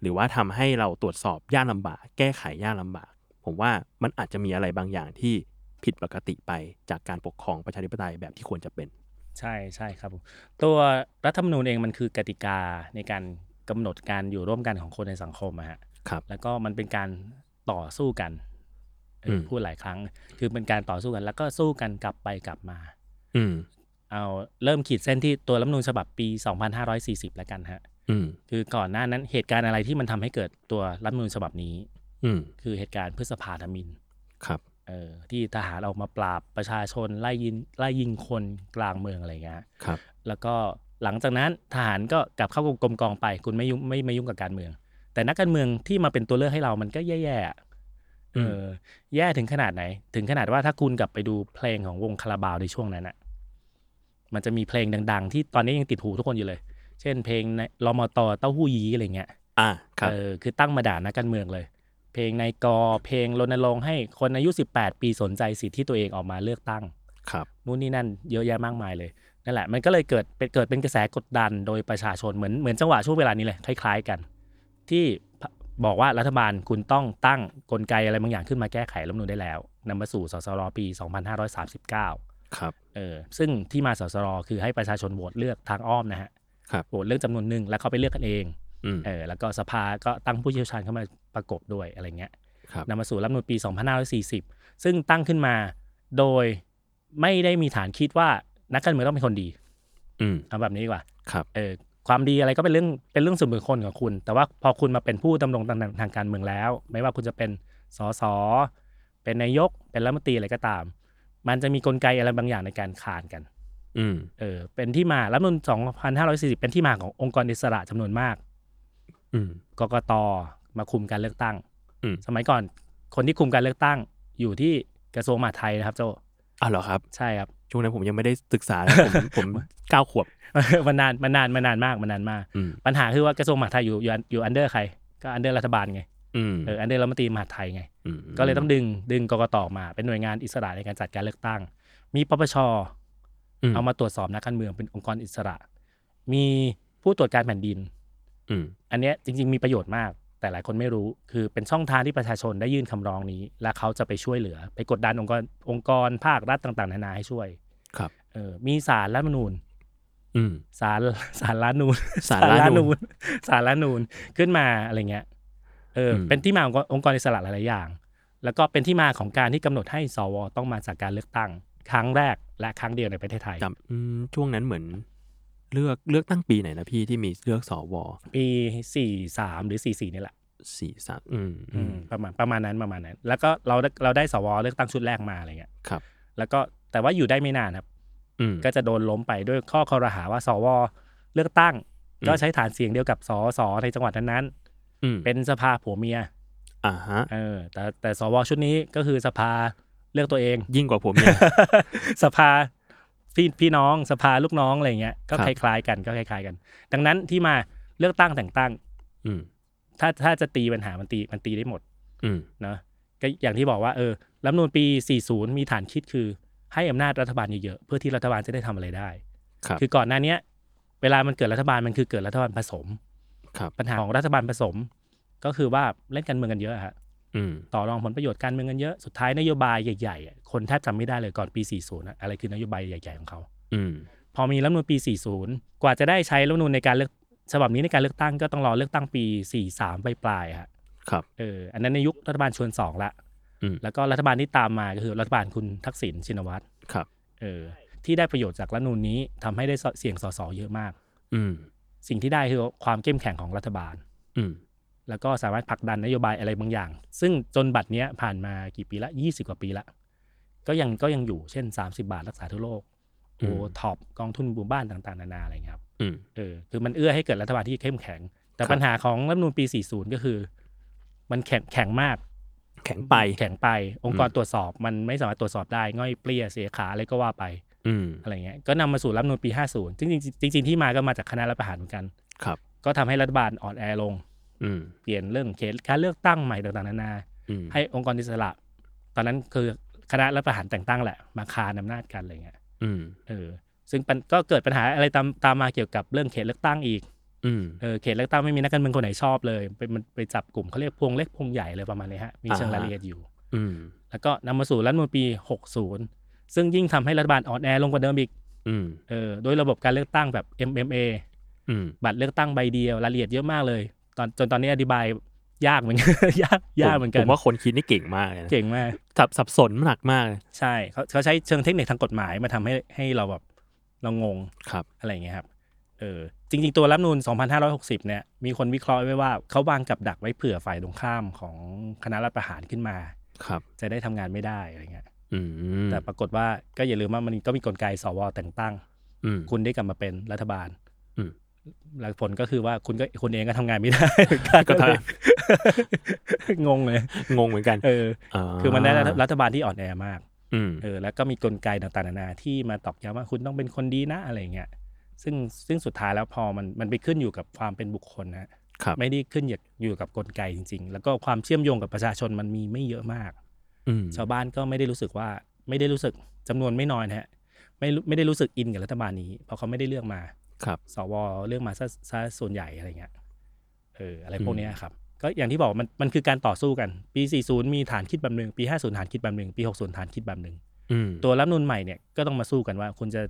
หรือว่าทำให้เราตรวจสอบยากลำบาก แก้ไขยากลำบาก ผมว่ามันอาจจะมีอะไรบางอย่างที่ผิดปกติไปจากการปกครองประชาธิปไตยแบบที่ควรจะเป็น
ใช่ใช่ครับผมตัวรัฐธรรมนูญเองมันคือกติกาในการกำหนดการอยู่ร่วมกันของคนในสังคมอะฮะ
ครับ
แล้วก็มันเป็นการต่อสู้กันเออ
ม
พูดหลายครั้ง คือเป็นการต่อสู้กัน แล้วก็สู้กันกลับไปกลับมา
อืม
เอาเริ่มขีดเส้นที่ตัวรัฐธรรมนูญฉบับปี 2540 แล้วกันฮะ
อืม
คือก่อนหน้านั้นเหตุการณ์อะไรที่มันทำให้เกิดตัวรัฐธรรมนูญฉบับนี้
อืม
คือเหตุการณ์พฤษภาธมิน
ครับ
เออที่ทหารออกมาปราบประชาชนไล่ยิงไล่ยิงคนกลางเมืองอะไรอย่างเงี้ย
ครับ
แล้วก็หลังจากนั้นทหารก็กลับเข้ากรมกองไปคุณไม่ยุ่งไม่ไม่ยุ่งกับการเมือง แต่นักการเมืองที่มาเป็นตัวเลือกให้เรามันก็แย่ๆอะเอออแย่ถึงขนาดไหน ถึงขนาดว่าถ้าคุณกลับไปดูเพลงของวงคาราบาวในช่วงนั้นอะมันจะมีเพลงดัง ๆ ที่ตอนนี้ยังติดหูทุกคนอยู่เลย เช่นเพลงในรมตเต้าหู้ยี้อะไรเงี้ย
อ่า ครับ
เออคือตั้งมาด่านักการเมืองเลย เพลงในกอเพลงรณรงค์ให้คนอายุ 18 ปีสนใจสิทธิที่ตัวเองออกมาเลือกตั้ง
ครับ
นู่นนี่นั่นเยอะแยะมากมายเลยนั่นแหละมันก็เลยเกิดเป็นเกิดเป็นกระแสกดดันโดยประชาชนเหมือนเหมือนจังหวะช่วงเวลานี้เลยคล้ายๆกัน ที่บอกว่ารัฐบาลคุณต้องตั้งกลไกอะไรบางอย่างขึ้นมาแก้ไขรัฐธรรมนูญได้แล้วนำมาสู่สสรปี 2539
ครับ
เออซึ่งที่มาสสรคือให้ประชาชนโหวตเลือกทางอ้อมนะฮะ
ครับ
โหวตเลือกจำนวนหนึ่งแล้วเขาไปเลือกกันเอง
อืม
เออแล้วก็สภาก็ตั้งผู้เชี่ยวชาญเข้ามาประกบด้วยอะไรเงี้ย
ครับ
นำมาสู่รัฐธรรมนูญปี 2540 ซึ่งตั้งขึ้นมาโดยไม่ได้มีฐานคิดว่านักการเมืองต้องเป็นคนดี
อืม
เอาแบบนี้ดีกว่า
ครับ
เออ ความดีอะไรก็เป็นเรื่องเป็นเรื่องส่วนบุคคลของคุณ แต่ว่าพอคุณมาเป็นผู้ดำรงตำแหน่งทางการเมืองแล้ว ไม่ว่าคุณจะเป็นสสเป็นนายกเป็นรัฐมนตรีอะไรก็ตาม มันจะมีกลไกอะไรบางอย่างในการขานกัน
อืม
เออเป็นที่มารัฐธรรมนูญ2540 เป็นที่มาขององค์กรอิสระจำนวนมาก
อืม
กกตมาคุมการเลือกตั้ง
อืม
สมัยก่อนคนที่คุมการเลือกตั้งอยู่ที่กระทรวงมหาดไทยนะครับโจ
อ่ะเหรอครับ
ใช่ครับ
ช่วงนั้นผมยังไม่ได้ศึกษานะ ผมผมเก้าขวบ
มันนานมันนานมันนานมากมันนานมาก
อืม
ปัญหาคือว่ากระทรวงมหาดไทยอยู่อยู่อยู่อันเดอร์ใคร ก็อันเดอร์รัฐบาลไง
อืม
เอออันเดอร์รัฐมนตรีมหาดไทยไง
ม
ก็เลยต้องดึงดึงกกตมาเป็นหน่วยงานอิสระในการจัดการเลือกตั้ง มีปปช
อื
เอามาตรวจสอบนักการเมืองเป็นองค์กรอิสระ มีผู้ตรวจการแผ่นดิน
อืม
อันเนี้ยจริง ๆ มีประโยชน์มาก แต่หลายคนไม่รู้คือเป็นช่องทางที่ประชาชนได้ยื่นคำร้องนี้ และเขาจะไปช่วยเหลือ ไปกดดันองค์กรองค์กรภาครัฐต่างๆ นานาให้ช่วย
ครับ
เออมีสารรัฐธรรมนูญ
อืม
สารสารรัฐธรรมนูญ
ศาลรัฐธรรมนูญ
สารรัฐธรรมนูญขึ้นมาอะไรเงี้ยเอออ
ม
เป็นที่มาขององค์กรอิสระหลายๆอย่าง แล้วก็เป็นที่มาของการที่กำหนดให้สวต้องมาจากการเลือกตั้ง ครั้งแรกและครั้งเดียวในประเทศไทย
จำอืมช่วงนั้นเหมือน เลือกเลือกตั้งปีไหนนะพี่ที่มีเลือกสว
ปีสี่สามหรือสี่สี่นี่แหละ
สี่สามอืม
อื
อื
ม
ม
ประมาณประมาณนั้นประมาณนั้น แล้วก็เราได้เราได้สวเลือกตั้งชุดแรกมาอะไรเงี้ย
ครับ
แล้วก็แต่ว่าอยู่ได้ไม่นานครับ
อืม
ก็จะโดนล้มไปด้วยข้อคอรหาว่าสวเลือกตั้ง
อืม
ก็ใช้ฐานเสียงเดียวกับสสในจังหวัดนั้น
อืม
ๆเป็นสภาผัวเมีย
อ่าฮะ
เออแต่แต่สวชุดนี้ก็คือสภาเลือกตัวเอง
ยิ่งกว่าผม เนี่ย
สภาพี่พี่น้องสภาลูกน้องอะไรเงี้ยก็
ค
ครับ ล้ายๆกันก็คล้ายๆกัน ดังนั้นที่มาเลือกตั้งแต่งตั้ง
อืม
ถ้าถ้าจะตีปัญหามันตีมันตีได้หมด
อืม
นะก็อย่างที่บอกว่าเออรัฐธรรมนูญปี 40 มีฐานคิดคือให้อำนาจรัฐบาลเยอะๆเพื่อที่รัฐบาลจะได้ทำอะไรได้
ครับ
คือก่อนหน้าเนี้ยเวลามันเกิดรัฐบาลมันคือเกิดรัฐบาลผสม
ครับ
ปัญหาของรัฐบาลผสม ก็คือว่าเล่นการเมืองกันเยอะฮะ
อืม
ต่อรองผลประโยชน์การเมืองกันเยอะสุดท้ายนโยบายใหญ่ๆอ่ะคนแทบจำไม่ได้เลยก่อนปี 40อะอะไรคือนโยบายใหญ่ๆของเขา
อืม
พอมีรัฐธรรมนูญปี 40 กว่าจะได้ใช้รัฐธรรมนูญในการเลือกฉบับนี้ในการเลือกตั้งก็ต้องรอเลือกตั้งปี 43ปลายๆฮะ
ครับ
เอออันนั้นในยุครัฐบาลชวนสองละ
อืม
แล้วก็รัฐบาลที่ตามมาก็คือรัฐบาลคุณทักษิณชินวัตร
ครับ
เออที่ได้ประโยชน์จากรัฐธรรมนูญนี้ทำให้ได้สเสียงสสเยอะมาก
อืม
สิ่งที่ได้คือความเข้มแข็งของรัฐบาล
อืม
แล้วก็สามารถผลักดันนโยบายอะไรบางอย่าง ซึ่งจนบัดเนี้ยผ่านมากี่ปีละ 20 กว่าปีละ ก็ยังก็ยังอยู่เช่น 30 บาทรักษาทุกโรคโอท็อปกองทุนบูบ้านต่างๆนานาอะไรเงี้ยครับ
อืม
เออคือมันเอื้อให้เกิดรัฐบาลที่เข้มแข็ง แต่
ครับ
ปัญหาของรัฐธรรมนูญปี 40 ก็คือ มันแข็งแข็งมาก
แข็งไป
แข็งไปองค์กร
อืม
ตรวจสอบมันไม่สามารถตรวจสอบได้ ง่อยเปรี้ยเสียขาอะไรก็ว่าไป
อืม
อะไรเงี้ยก็นำมาสู่รัฐธรรมนูญปี 50 จริงๆจริงๆที่มาก็มาจากคณะรัฐประหารเหมือนกัน
ครับ
ก็ทำให้รัฐบาลอ่อนแอลง
อืม
เปลี่ยนเรื่องเขตการเลือกตั้งใหม่ต่างๆนานา
อืม
ให้องค์กรอิสระ ตอนนั้นคือคณะรัฐประหารแต่งตั้งแหละมาคานอำนาจกันอะไรเงี้ย
อืม
เออซึ่งปัญก็เกิดปัญหาอะไรตามตามมาเกี่ยวกับเรื่องเขตเลือกตั้งอีก
อืม
เออเขตเลือกตั้งไม่มีนักการเมืองคนไหนชอบเลยไปมันไปจับกลุ่มเขาเรียกพวงเล็กพวงใหญ่เลยประมาณนี้ฮะมีเชิง
อ่าฮะ
รายละเอียดอยู่
อืม
แล้วก็นำมาสู่รัฐธรรมนูญปี 60 ซึ่งยิ่งทำให้รัฐบาลอ่อนแอลงกว่าเดิมอีก
อืม
เออ โดยระบบการเลือกตั้งแบบ MMA
อืม
บัตรเลือกตั้งใบเดียวรายละเอียดเยอะมากเลย ตอนจนตอนนี้อธิบายยากเหมือนกัน ยากยากเหมือนกั
ผ
น
มว่าคนคิดนี่เก่งมากเลยนะ
เก่งมาก
สับสับสนหนักมากเลย
ใช่เขาเขาใช้เชิงเทคนิคทางกฎหมายมาทำให้ให้เราแบบเรางง
ครับ
อะไรอย่างเงี้ยครับ เออ จริง ๆ ตัวรัฐธรรมนูน2560 เนี่ย มีคนวิเคราะห์ไว้ว่าเขาวางกับดักไว้เผื่อฝ่ายตรงข้ามของคณะรัฐประหารขึ้นมา
ครับ
จะได้ทำงานไม่ได้อะไรเงี้ย
อืม
แต่ปรากฏว่าก็อย่าลืมว่ามันก็มีกลไกสวแต่งตั้ง
อืม
คุณได้กลับมาเป็นรัฐบาล
อืม
แล้วผลก็คือว่าคุณก็คุณเองก็ทำงานไม่ได้
ก็ท
งงเลย
งงเหมือนกัน
เออ
า
คือมันได้รัฐรัฐบาลที่อ่อนแอมาก
อืม
เออแล้วก็มีกลไกต่างๆนานาที่มาตอกย้ำว่าคุณต้องเป็นคนดีนะอะไรเงี้ยซึ่งซึ่งสุดท้ายแล้วพอมันมันไปขึ้นอยู่กับความเป็นบุคคลนะครับ ไม่ได้ขึ้นอยู่อยู่กับกลไกจริง ๆ แล้วก็ความเชื่อมโยงกับประชาชนมันมีไม่เยอะมาก
อืม
ชาวบ้านก็ไม่ได้รู้สึกว่าไม่ได้รู้สึกจำนวนไม่น้อยนะฮะไม่รู้ไม่ได้รู้สึกอินกับรัฐบาลนี้ เพราะเขาไม่ได้เลือกมา
ครับ
สวเลือกมาซะซะส่วนใหญ่อะไรเงี้ยเอออะไรพวกเนี้ยครับ ก็อย่างที่บอกมันมันคือการต่อสู้กัน ปี 40 มีฐานคิดแบบหนึ่งปี 50 ฐานคิดแบบหนึ่งปี 60 ฐานคิดแบบหนึ่ง
อืม
ตัวรัฐธรรมนูนใหม่เนี่ยก็ต้องมาสู้กันว่าคุณจะ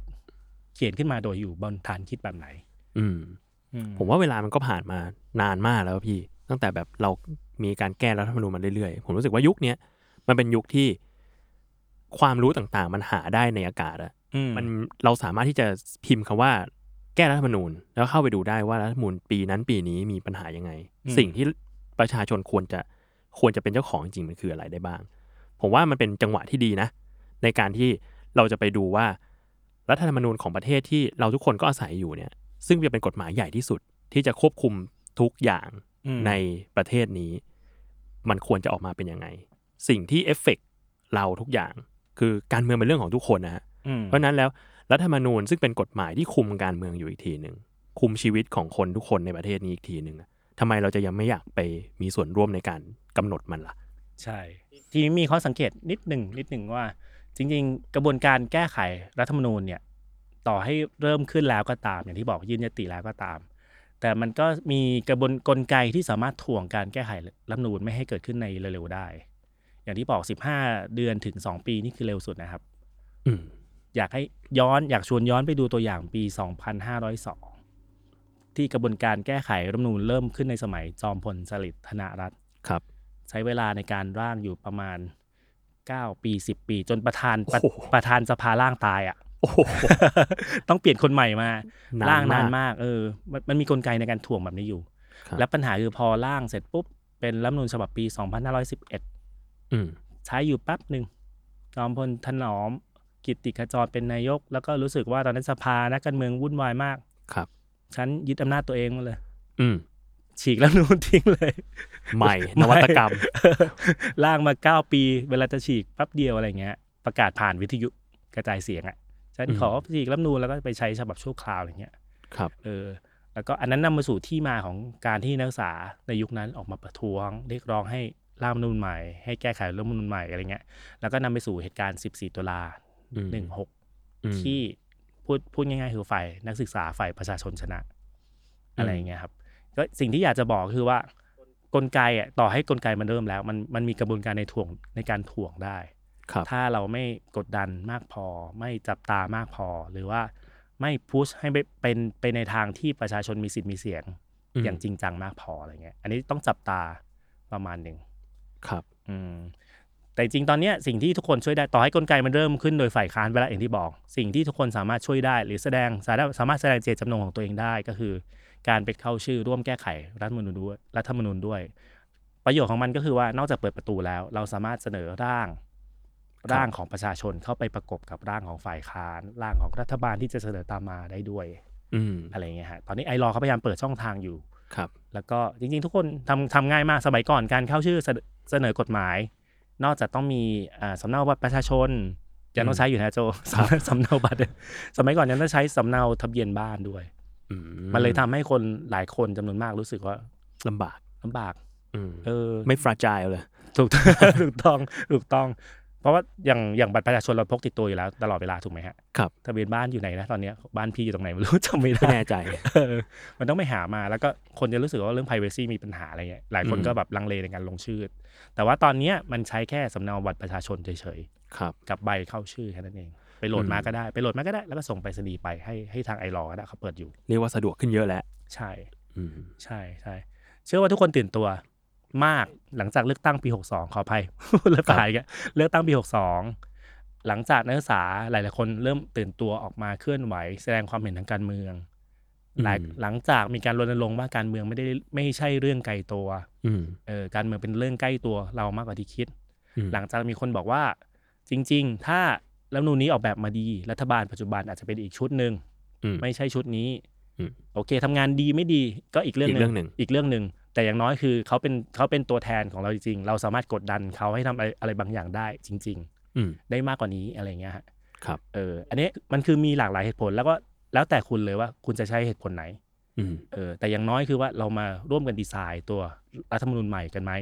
เขียนขึ้นมาโดยอยู่บนฐานคิดแบบไหน
อืม
อื
ผมว่าเวลามันก็ผ่านมานานมากแล้วพี่ ตั้งแต่แบบเรามีการแก้รัฐธรรมนูญมาเรื่อยๆ ผมรู้สึกว่ายุคเนี้ยมันเป็นยุคที่ความรู้ต่างๆ มันหาได้ในอากาศอะ
อื
มันเราสามารถที่จะพิมพ์คำว่า แก้รัฐธรรมนูญ แล้วเข้าไปดูได้ว่ารัฐธรรมนูญปีนั้นปีนี้มีปัญหายังไง
อืม
สิ่งที่ประชาชนควรจะควรจะเป็นเจ้าของจริงมันคืออะไรได้บ้าง ผมว่ามันเป็นจังหวะที่ดีนะ ในการที่เราจะไปดูว่ารัฐธรรมนูญของประเทศที่เราทุกคนก็อาศัยอยู่เนี่ย ซึ่งจะเป็นกฎหมายใหญ่ที่สุด ที่จะควบคุมทุกอย่าง
อืม
ในประเทศนี้ มันควรจะออกมาเป็นยังไง สิ่งที่เอฟเฟกต์เราทุกอย่าง คือการเมืองเป็นเรื่องของทุกคนนะฮะ
อืม
เพราะฉะนั้นแล้วรัฐธรรมนูญซึ่งเป็นกฎหมายที่คุมการเมืองอยู่อีกทีหนึ่งคุมชีวิตของคนทุกคนในประเทศนี้อีกทีหนึ่งอะทำไมเราจะยังไม่อยากไปมีส่วนร่วมในการกำหนดมันล่ะ
ใช่ ทีนี้มีข้อสังเกตนิดหนึ่งนิดหนึ่งว่า จริง ๆ กระบวนการแก้ไขรัฐธรรมนูญเนี่ย ต่อให้เริ่มขึ้นแล้วก็ตาม อย่างที่บอกยื่นยติแล้วก็ตาม แต่มันก็มีกระบวนกลไกที่สามารถถ่วงการแก้ไขรัฐธรรมนูญไม่ให้เกิดขึ้นในเร็วๆได้ อย่างที่บอก 15 เดือนถึง 2 ปีนี่คือเร็วสุดนะครับ
อืม
อยากให้ย้อนอยากชวนย้อนไปดูตัวอย่างปี 2502 ที่กระบวนการแก้ไขรัฐธรรมนูญเริ่มขึ้นในสมัยจอมพลสฤษดิ์ธนรัตน์
ครับ
ใช้เวลาในการร่างอยู่ประมาณ 9 ปี 10 ปี จนประธานประ
โอ้โห
ประธานสภาร่างตายอ่ะ
โอ้โห
ต้องเปลี่ยนคนใหม่มา
นาน
ร่างนาน
มาก
มาก เออมันมันมีกลไกในการถ่วงแบบนี้อยู่
ครับ
และปัญหาคือพอร่างเสร็จปุ๊บ เป็นรัฐธรรมนูญฉบับปี 2511
อืม
ใช้อยู่แป๊บหนึ่งจอมพลถนอม กิตติขจรเป็นนายก แล้วก็รู้สึกว่าตอนนั้นสภานักการเมืองวุ่นวายมาก
ครับ
ฉันยึดอำนาจตัวเองมาเลย
อืม
ฉีกแล้วนูนทิ้งเลย
ให ม่นวัตกรรม
ล่ างมาเก้า9 ปี เวลาจะฉีกแป๊บเดียวอะไรเงี้ย ประกาศผ่านวิทยุกระจายเสียงอะ่ะ ฉัน
อืม
ขอฉีกรัฐธรรมนูนแล้วก็ไปใช้ฉบับชั่วคราวอะไรเงี้ย
ครับ
เออแล้วก็อันนั้นนำมาสู่ที่มาของการที่นักศึกษาในยุคนั้นออกมาประท้วง เรียกร้องให้ร่างรัฐธรรมนูญใหม่ ให้แก้ไขรัฐธรรมนูญใหม่อะไรเงี้ยแล้วก็นำไปสู่เหตุการณ์ 14 ตุลา
อืม อืม
16 ที่พูดพูดง่ายๆคือฝ่ายนักศึกษาฝ่ายประชาชนชนะ อะไรเงี้ยครับก็สิ่งที่อยากจะบอกคือว่ากลไกอ่ะต่อให้กลไกมันเริ่มแล้ว มันมันมีกระบวนการในถ่วงในการถ่วงได้
ครับ
ถ้าเราไม่กดดันมากพอ ไม่จับตามากพอ หรือว่าไม่พุชให้ไปเป็นไปในทางที่ประชาชนมีสิทธิ์มีเสียง
อืม
อย่างจริงจังมากพออะไรเงี้ย อันนี้ต้องจับตาประมาณหนึ่ง
ครับ
อืมแต่จริงๆตอนเนี้ยสิ่งที่ทุกคนช่วยได้ต่อให้กลไกมันเริ่มขึ้นโดยฝ่ายค้านไปแล้วอย่างที่บอก สิ่งที่ทุกคนสามารถช่วยได้ หรือแสดงสามารถสามารถแสดงเจตจำนงของตัวเองได้ก็คือ การไปเข้าชื่อร่วมแก้ไขรัฐธรรมนูญด้วยรัฐธรรมนูญด้วย ประโยชน์ของมันก็คือว่านอกจากเปิดประตูแล้ว เราสามารถเสนอร่าง
ครับ
ร่างของประชาชนเข้าไปประกบกับร่างของฝ่ายค้าน ร่างของรัฐบาลที่จะเสนอตามมาได้ด้วย
อืม
อะไรเงี้ยฮะตอนนี้ไอรอเขาพยายามเปิดช่องทางอยู่
ครับ
แล้วก็จริงๆ ทุกคนทำทำง่ายมากสมัยก่อนการเข้าชื่อเสนอเสนอกฎหมาย นอกจากต้องมีอ่าสำเนาบัตรประชาชนยังต้องใช้อยู่นะโจสำเนาส ำเนาบัตรสมัยก่อนยังต้องใช้สำเนาทะเบียนบ้านด้วย
อื
มันเลยทำให้คนหลายคนจำนวนมากรู้สึกว่า
ลำบาก
ลำบาก
อืม
เออ
ไม่ฟราจายเลย
ถูกต้อง ถูกต้องถูกต้อง เพราะว่าอย่างอย่างบัตรประชาชนเราพกติดตัวอยู่แล้วตลอดเวลาถูกไหมฮะ
ครับ
ทะเบียนบ้านอยู่ไหนนะตอนเนี้ยบ้านพี่อยู่ตรงไหนไม่รู้ จำไม่
ไม่
ได้
แน่ใจ
เออมันต้องไปหามาแล้วก็คนจะรู้สึกว่าเรื่อง p r i เวซีมีปัญหาอะไรเงี้ยหลายคน
อืม
ก็แบบลังเลในการลงชื่อ แต่ว่าตอนเนี้ยมันใช้แค่สำเนาบัตรประชาชนเฉย
ครับ
ๆกับใบเข้าชื่อแค่นั้นเอง ไปโหลดมาก็ได้ไปโหลดมาก็ได้แล้วก็ส่งไปสนีย์ไปให้ให้ทางไอรอก็ได้เขาเปิดอยู่
เรียกว่าสะดวกขึ้นเยอะแล้ว
ใช่
อืม
ใช่ใช่เชื่อว่าทุกคนตื่นตัวมากหลังจากเลือกตั้งปี 62 ขออภัย เลือกตายกันเลือกตั้งปี 62 หลังจากนักศึกษาหลาย ๆ คนเริ่มตื่นตัวออกมาเคลื่อนไหว แสดงความเห็นทางการเมืองหลาย
อืม
หลังจากมีการรณรงค์ว่าการเมืองไม่ได้ไม่ใช่เรื่องไกลตัว
อืม
เออการเมืองเป็นเรื่องใกล้ตัวเรามากกว่าที่คิด
อืม
หลังจากมีคนบอกว่าจริง ๆ ถ้ารัฐธรรมนูญนี้ออกแบบมาดีรัฐบาลปัจจุบันอาจจะเป็นอีกชุดหนึ่ง
อืม
ไม่ใช่ชุดนี้
อืม
โอเคทำงานดีไม่ดีก็อีกเรื่อง
อีกเรื่องหนึ่ง
อีกเรื่องหนึ่ง แต่อย่างน้อยคือเขาเป็นเขาเป็นตัวแทนของเราจริงๆ เราสามารถกดดันเขาให้ทำอะไรอะไรบางอย่างได้จริง
อืม
ๆ ได้มากกว่านี้อะไรเงี้ยฮะ
ครับ
เออ อันนี้มันคือมีหลากหลายเหตุผลแล้วก็แล้วแต่คุณเลยว่าคุณจะใช้เหตุผลไหน
อืม
เออแต่อย่างน้อยคือว่าเรามาร่วมกันดีไซน์ตัวรัฐธรรมนูญใหม่กันไหม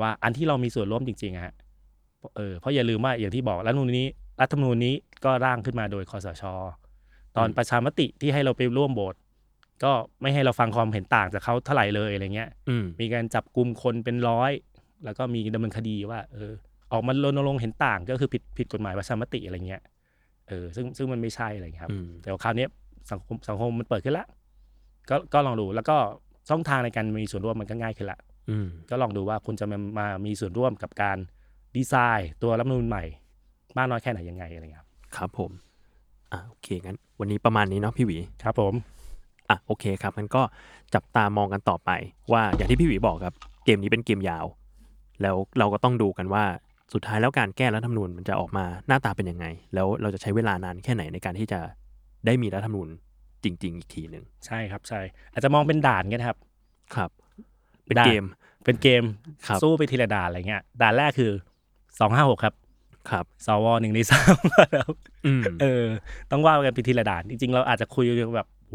ว่าอันที่เรามีส่วนร่วมจริงๆอะฮะเออเพราะอย่าลืมว่าอย่างที่บอกรัฐธรรมนูญนี้รัฐธรรมนูญนี้ก็ร่างขึ้นมาโดยคอสช ตอน
อืม
ประชามติที่ให้เราไปร่วมโบสก็ไม่ให้เราฟังความเห็นต่างจากเขาเท่าไหร่เลยอะไรเงี้ย
อืม
มีการจับกลุ่มคนเป็นร้อย แล้วก็มีดำเนินคดีว่า เออ ออกมารณรงค์เห็นต่างก็คือผิดผิดกฎหมายประชามติอะไรเงี้ยเออซึ่งซึ่งมันไม่ใช่อะไรเงี้ยครับ
อืม
แต่ว่าคราวเนี้ยสังคมสังคมมันเปิดขึ้นละก็ก็ลองดูแล้วก็ช่องทางในการมีส่วนร่วมมันก็ง่ายขึ้นละ
อืม
ก็ลองดูว่าคุณจะมามามีส่วนร่วมกับการดีไซน์ตัวรัฐธรรมนูญใหม่ มากน้อยแค่ไหนยังไงอะไรเงี้ยครับ
ครับผม อ่ะโอเคงั้น วันนี้ประมาณนี้เนาะพี่หวี
ครับผม
อ่ะโอเคครับงั้นก็จับตามองกันต่อไป ว่าอย่างที่พี่หวีบอกครับ เกมนี้เป็นเกมยาว แล้วเราก็ต้องดูกันว่าสุดท้ายแล้วการแก้รัฐธรรมนูญมันจะออกมาหน้าตาเป็นยังไง แล้วเราจะใช้เวลานานแค่ไหนในการที่จะได้มีรัฐธรรมนูญจริง ๆ อีกทีหนึ่ง
ใช่ครับใช่ อาจจะมองเป็นด่านก็ได้ครับ
ครับ เป็น
ได้
เกม
เป็นเกม
ครับ
สู้ไปทีละด่านอะไรเงี้ยด่านแรกคือสองห้าหกครับ
ครับ
สวหนึ่งในสาม ครับ
อืม
เออ ต้องว่ากันไปทีละด่าน จริง ๆ เราอาจจะคุยแบบโห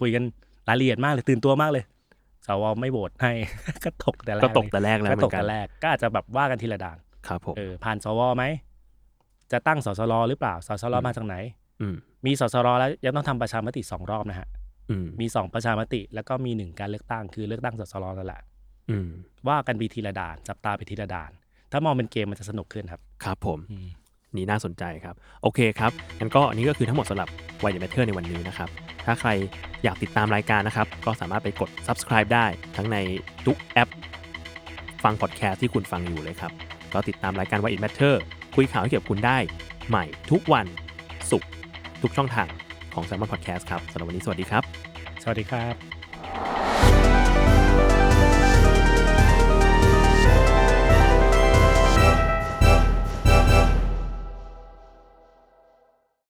คุยกันรายละเอียดมากเลยตื่นตัวมากเลยสวไม่โหวตให้ ก็ตกแต่แรก
ก็ตก
เลย
แต่แรกแล้ว
ก็
เหมื
ต
อก นกั
แต่
น
แรกก็อาจจะแบบว่ากันทีละด่าน
ครับผม
เออผ่านสวไหมจะตั้งสสรหรือเปล่าสสร
อืม
มาจากไหน
อืม
มีสสรแล้วยังต้องทำประชามติสองรอบนะฮะ
อืม
มีสองประชามติ แล้วก็มีหนึ่งการเลือกตั้งคือเลือกตั้งสสรนั่นแหละ
อืม
ว่ากันไปทีละด่านจับตาไปทีละด่าน ถ้ามองเป็นเกมมันจะสนุกขึ้นครับ
ครับผม นี่น่าสนใจครับ โอเคครับงั้นก็อันนี้ก็คือทั้งหมดสำหรับ w h y the Matter ในวันนี้นะครับ ถ้าใครอยากติดตามรายการนะครับ ก็สามารถไปกด subscribe ได้ทั้งในทุกแอป ฟังพอดแคสต์ที่คุณฟังอยู่เลยครับ ก็ติดตามรายการ w h y it Matter คุยข่าวให้เกี่ยวกับคุณได้ ใหม่ทุกวันศุกร์ทุกช่องทางของ s ซ m o n Podcast ครับสำหรับวันนี้สวัสดีครับ
สวัสดีครับ
บ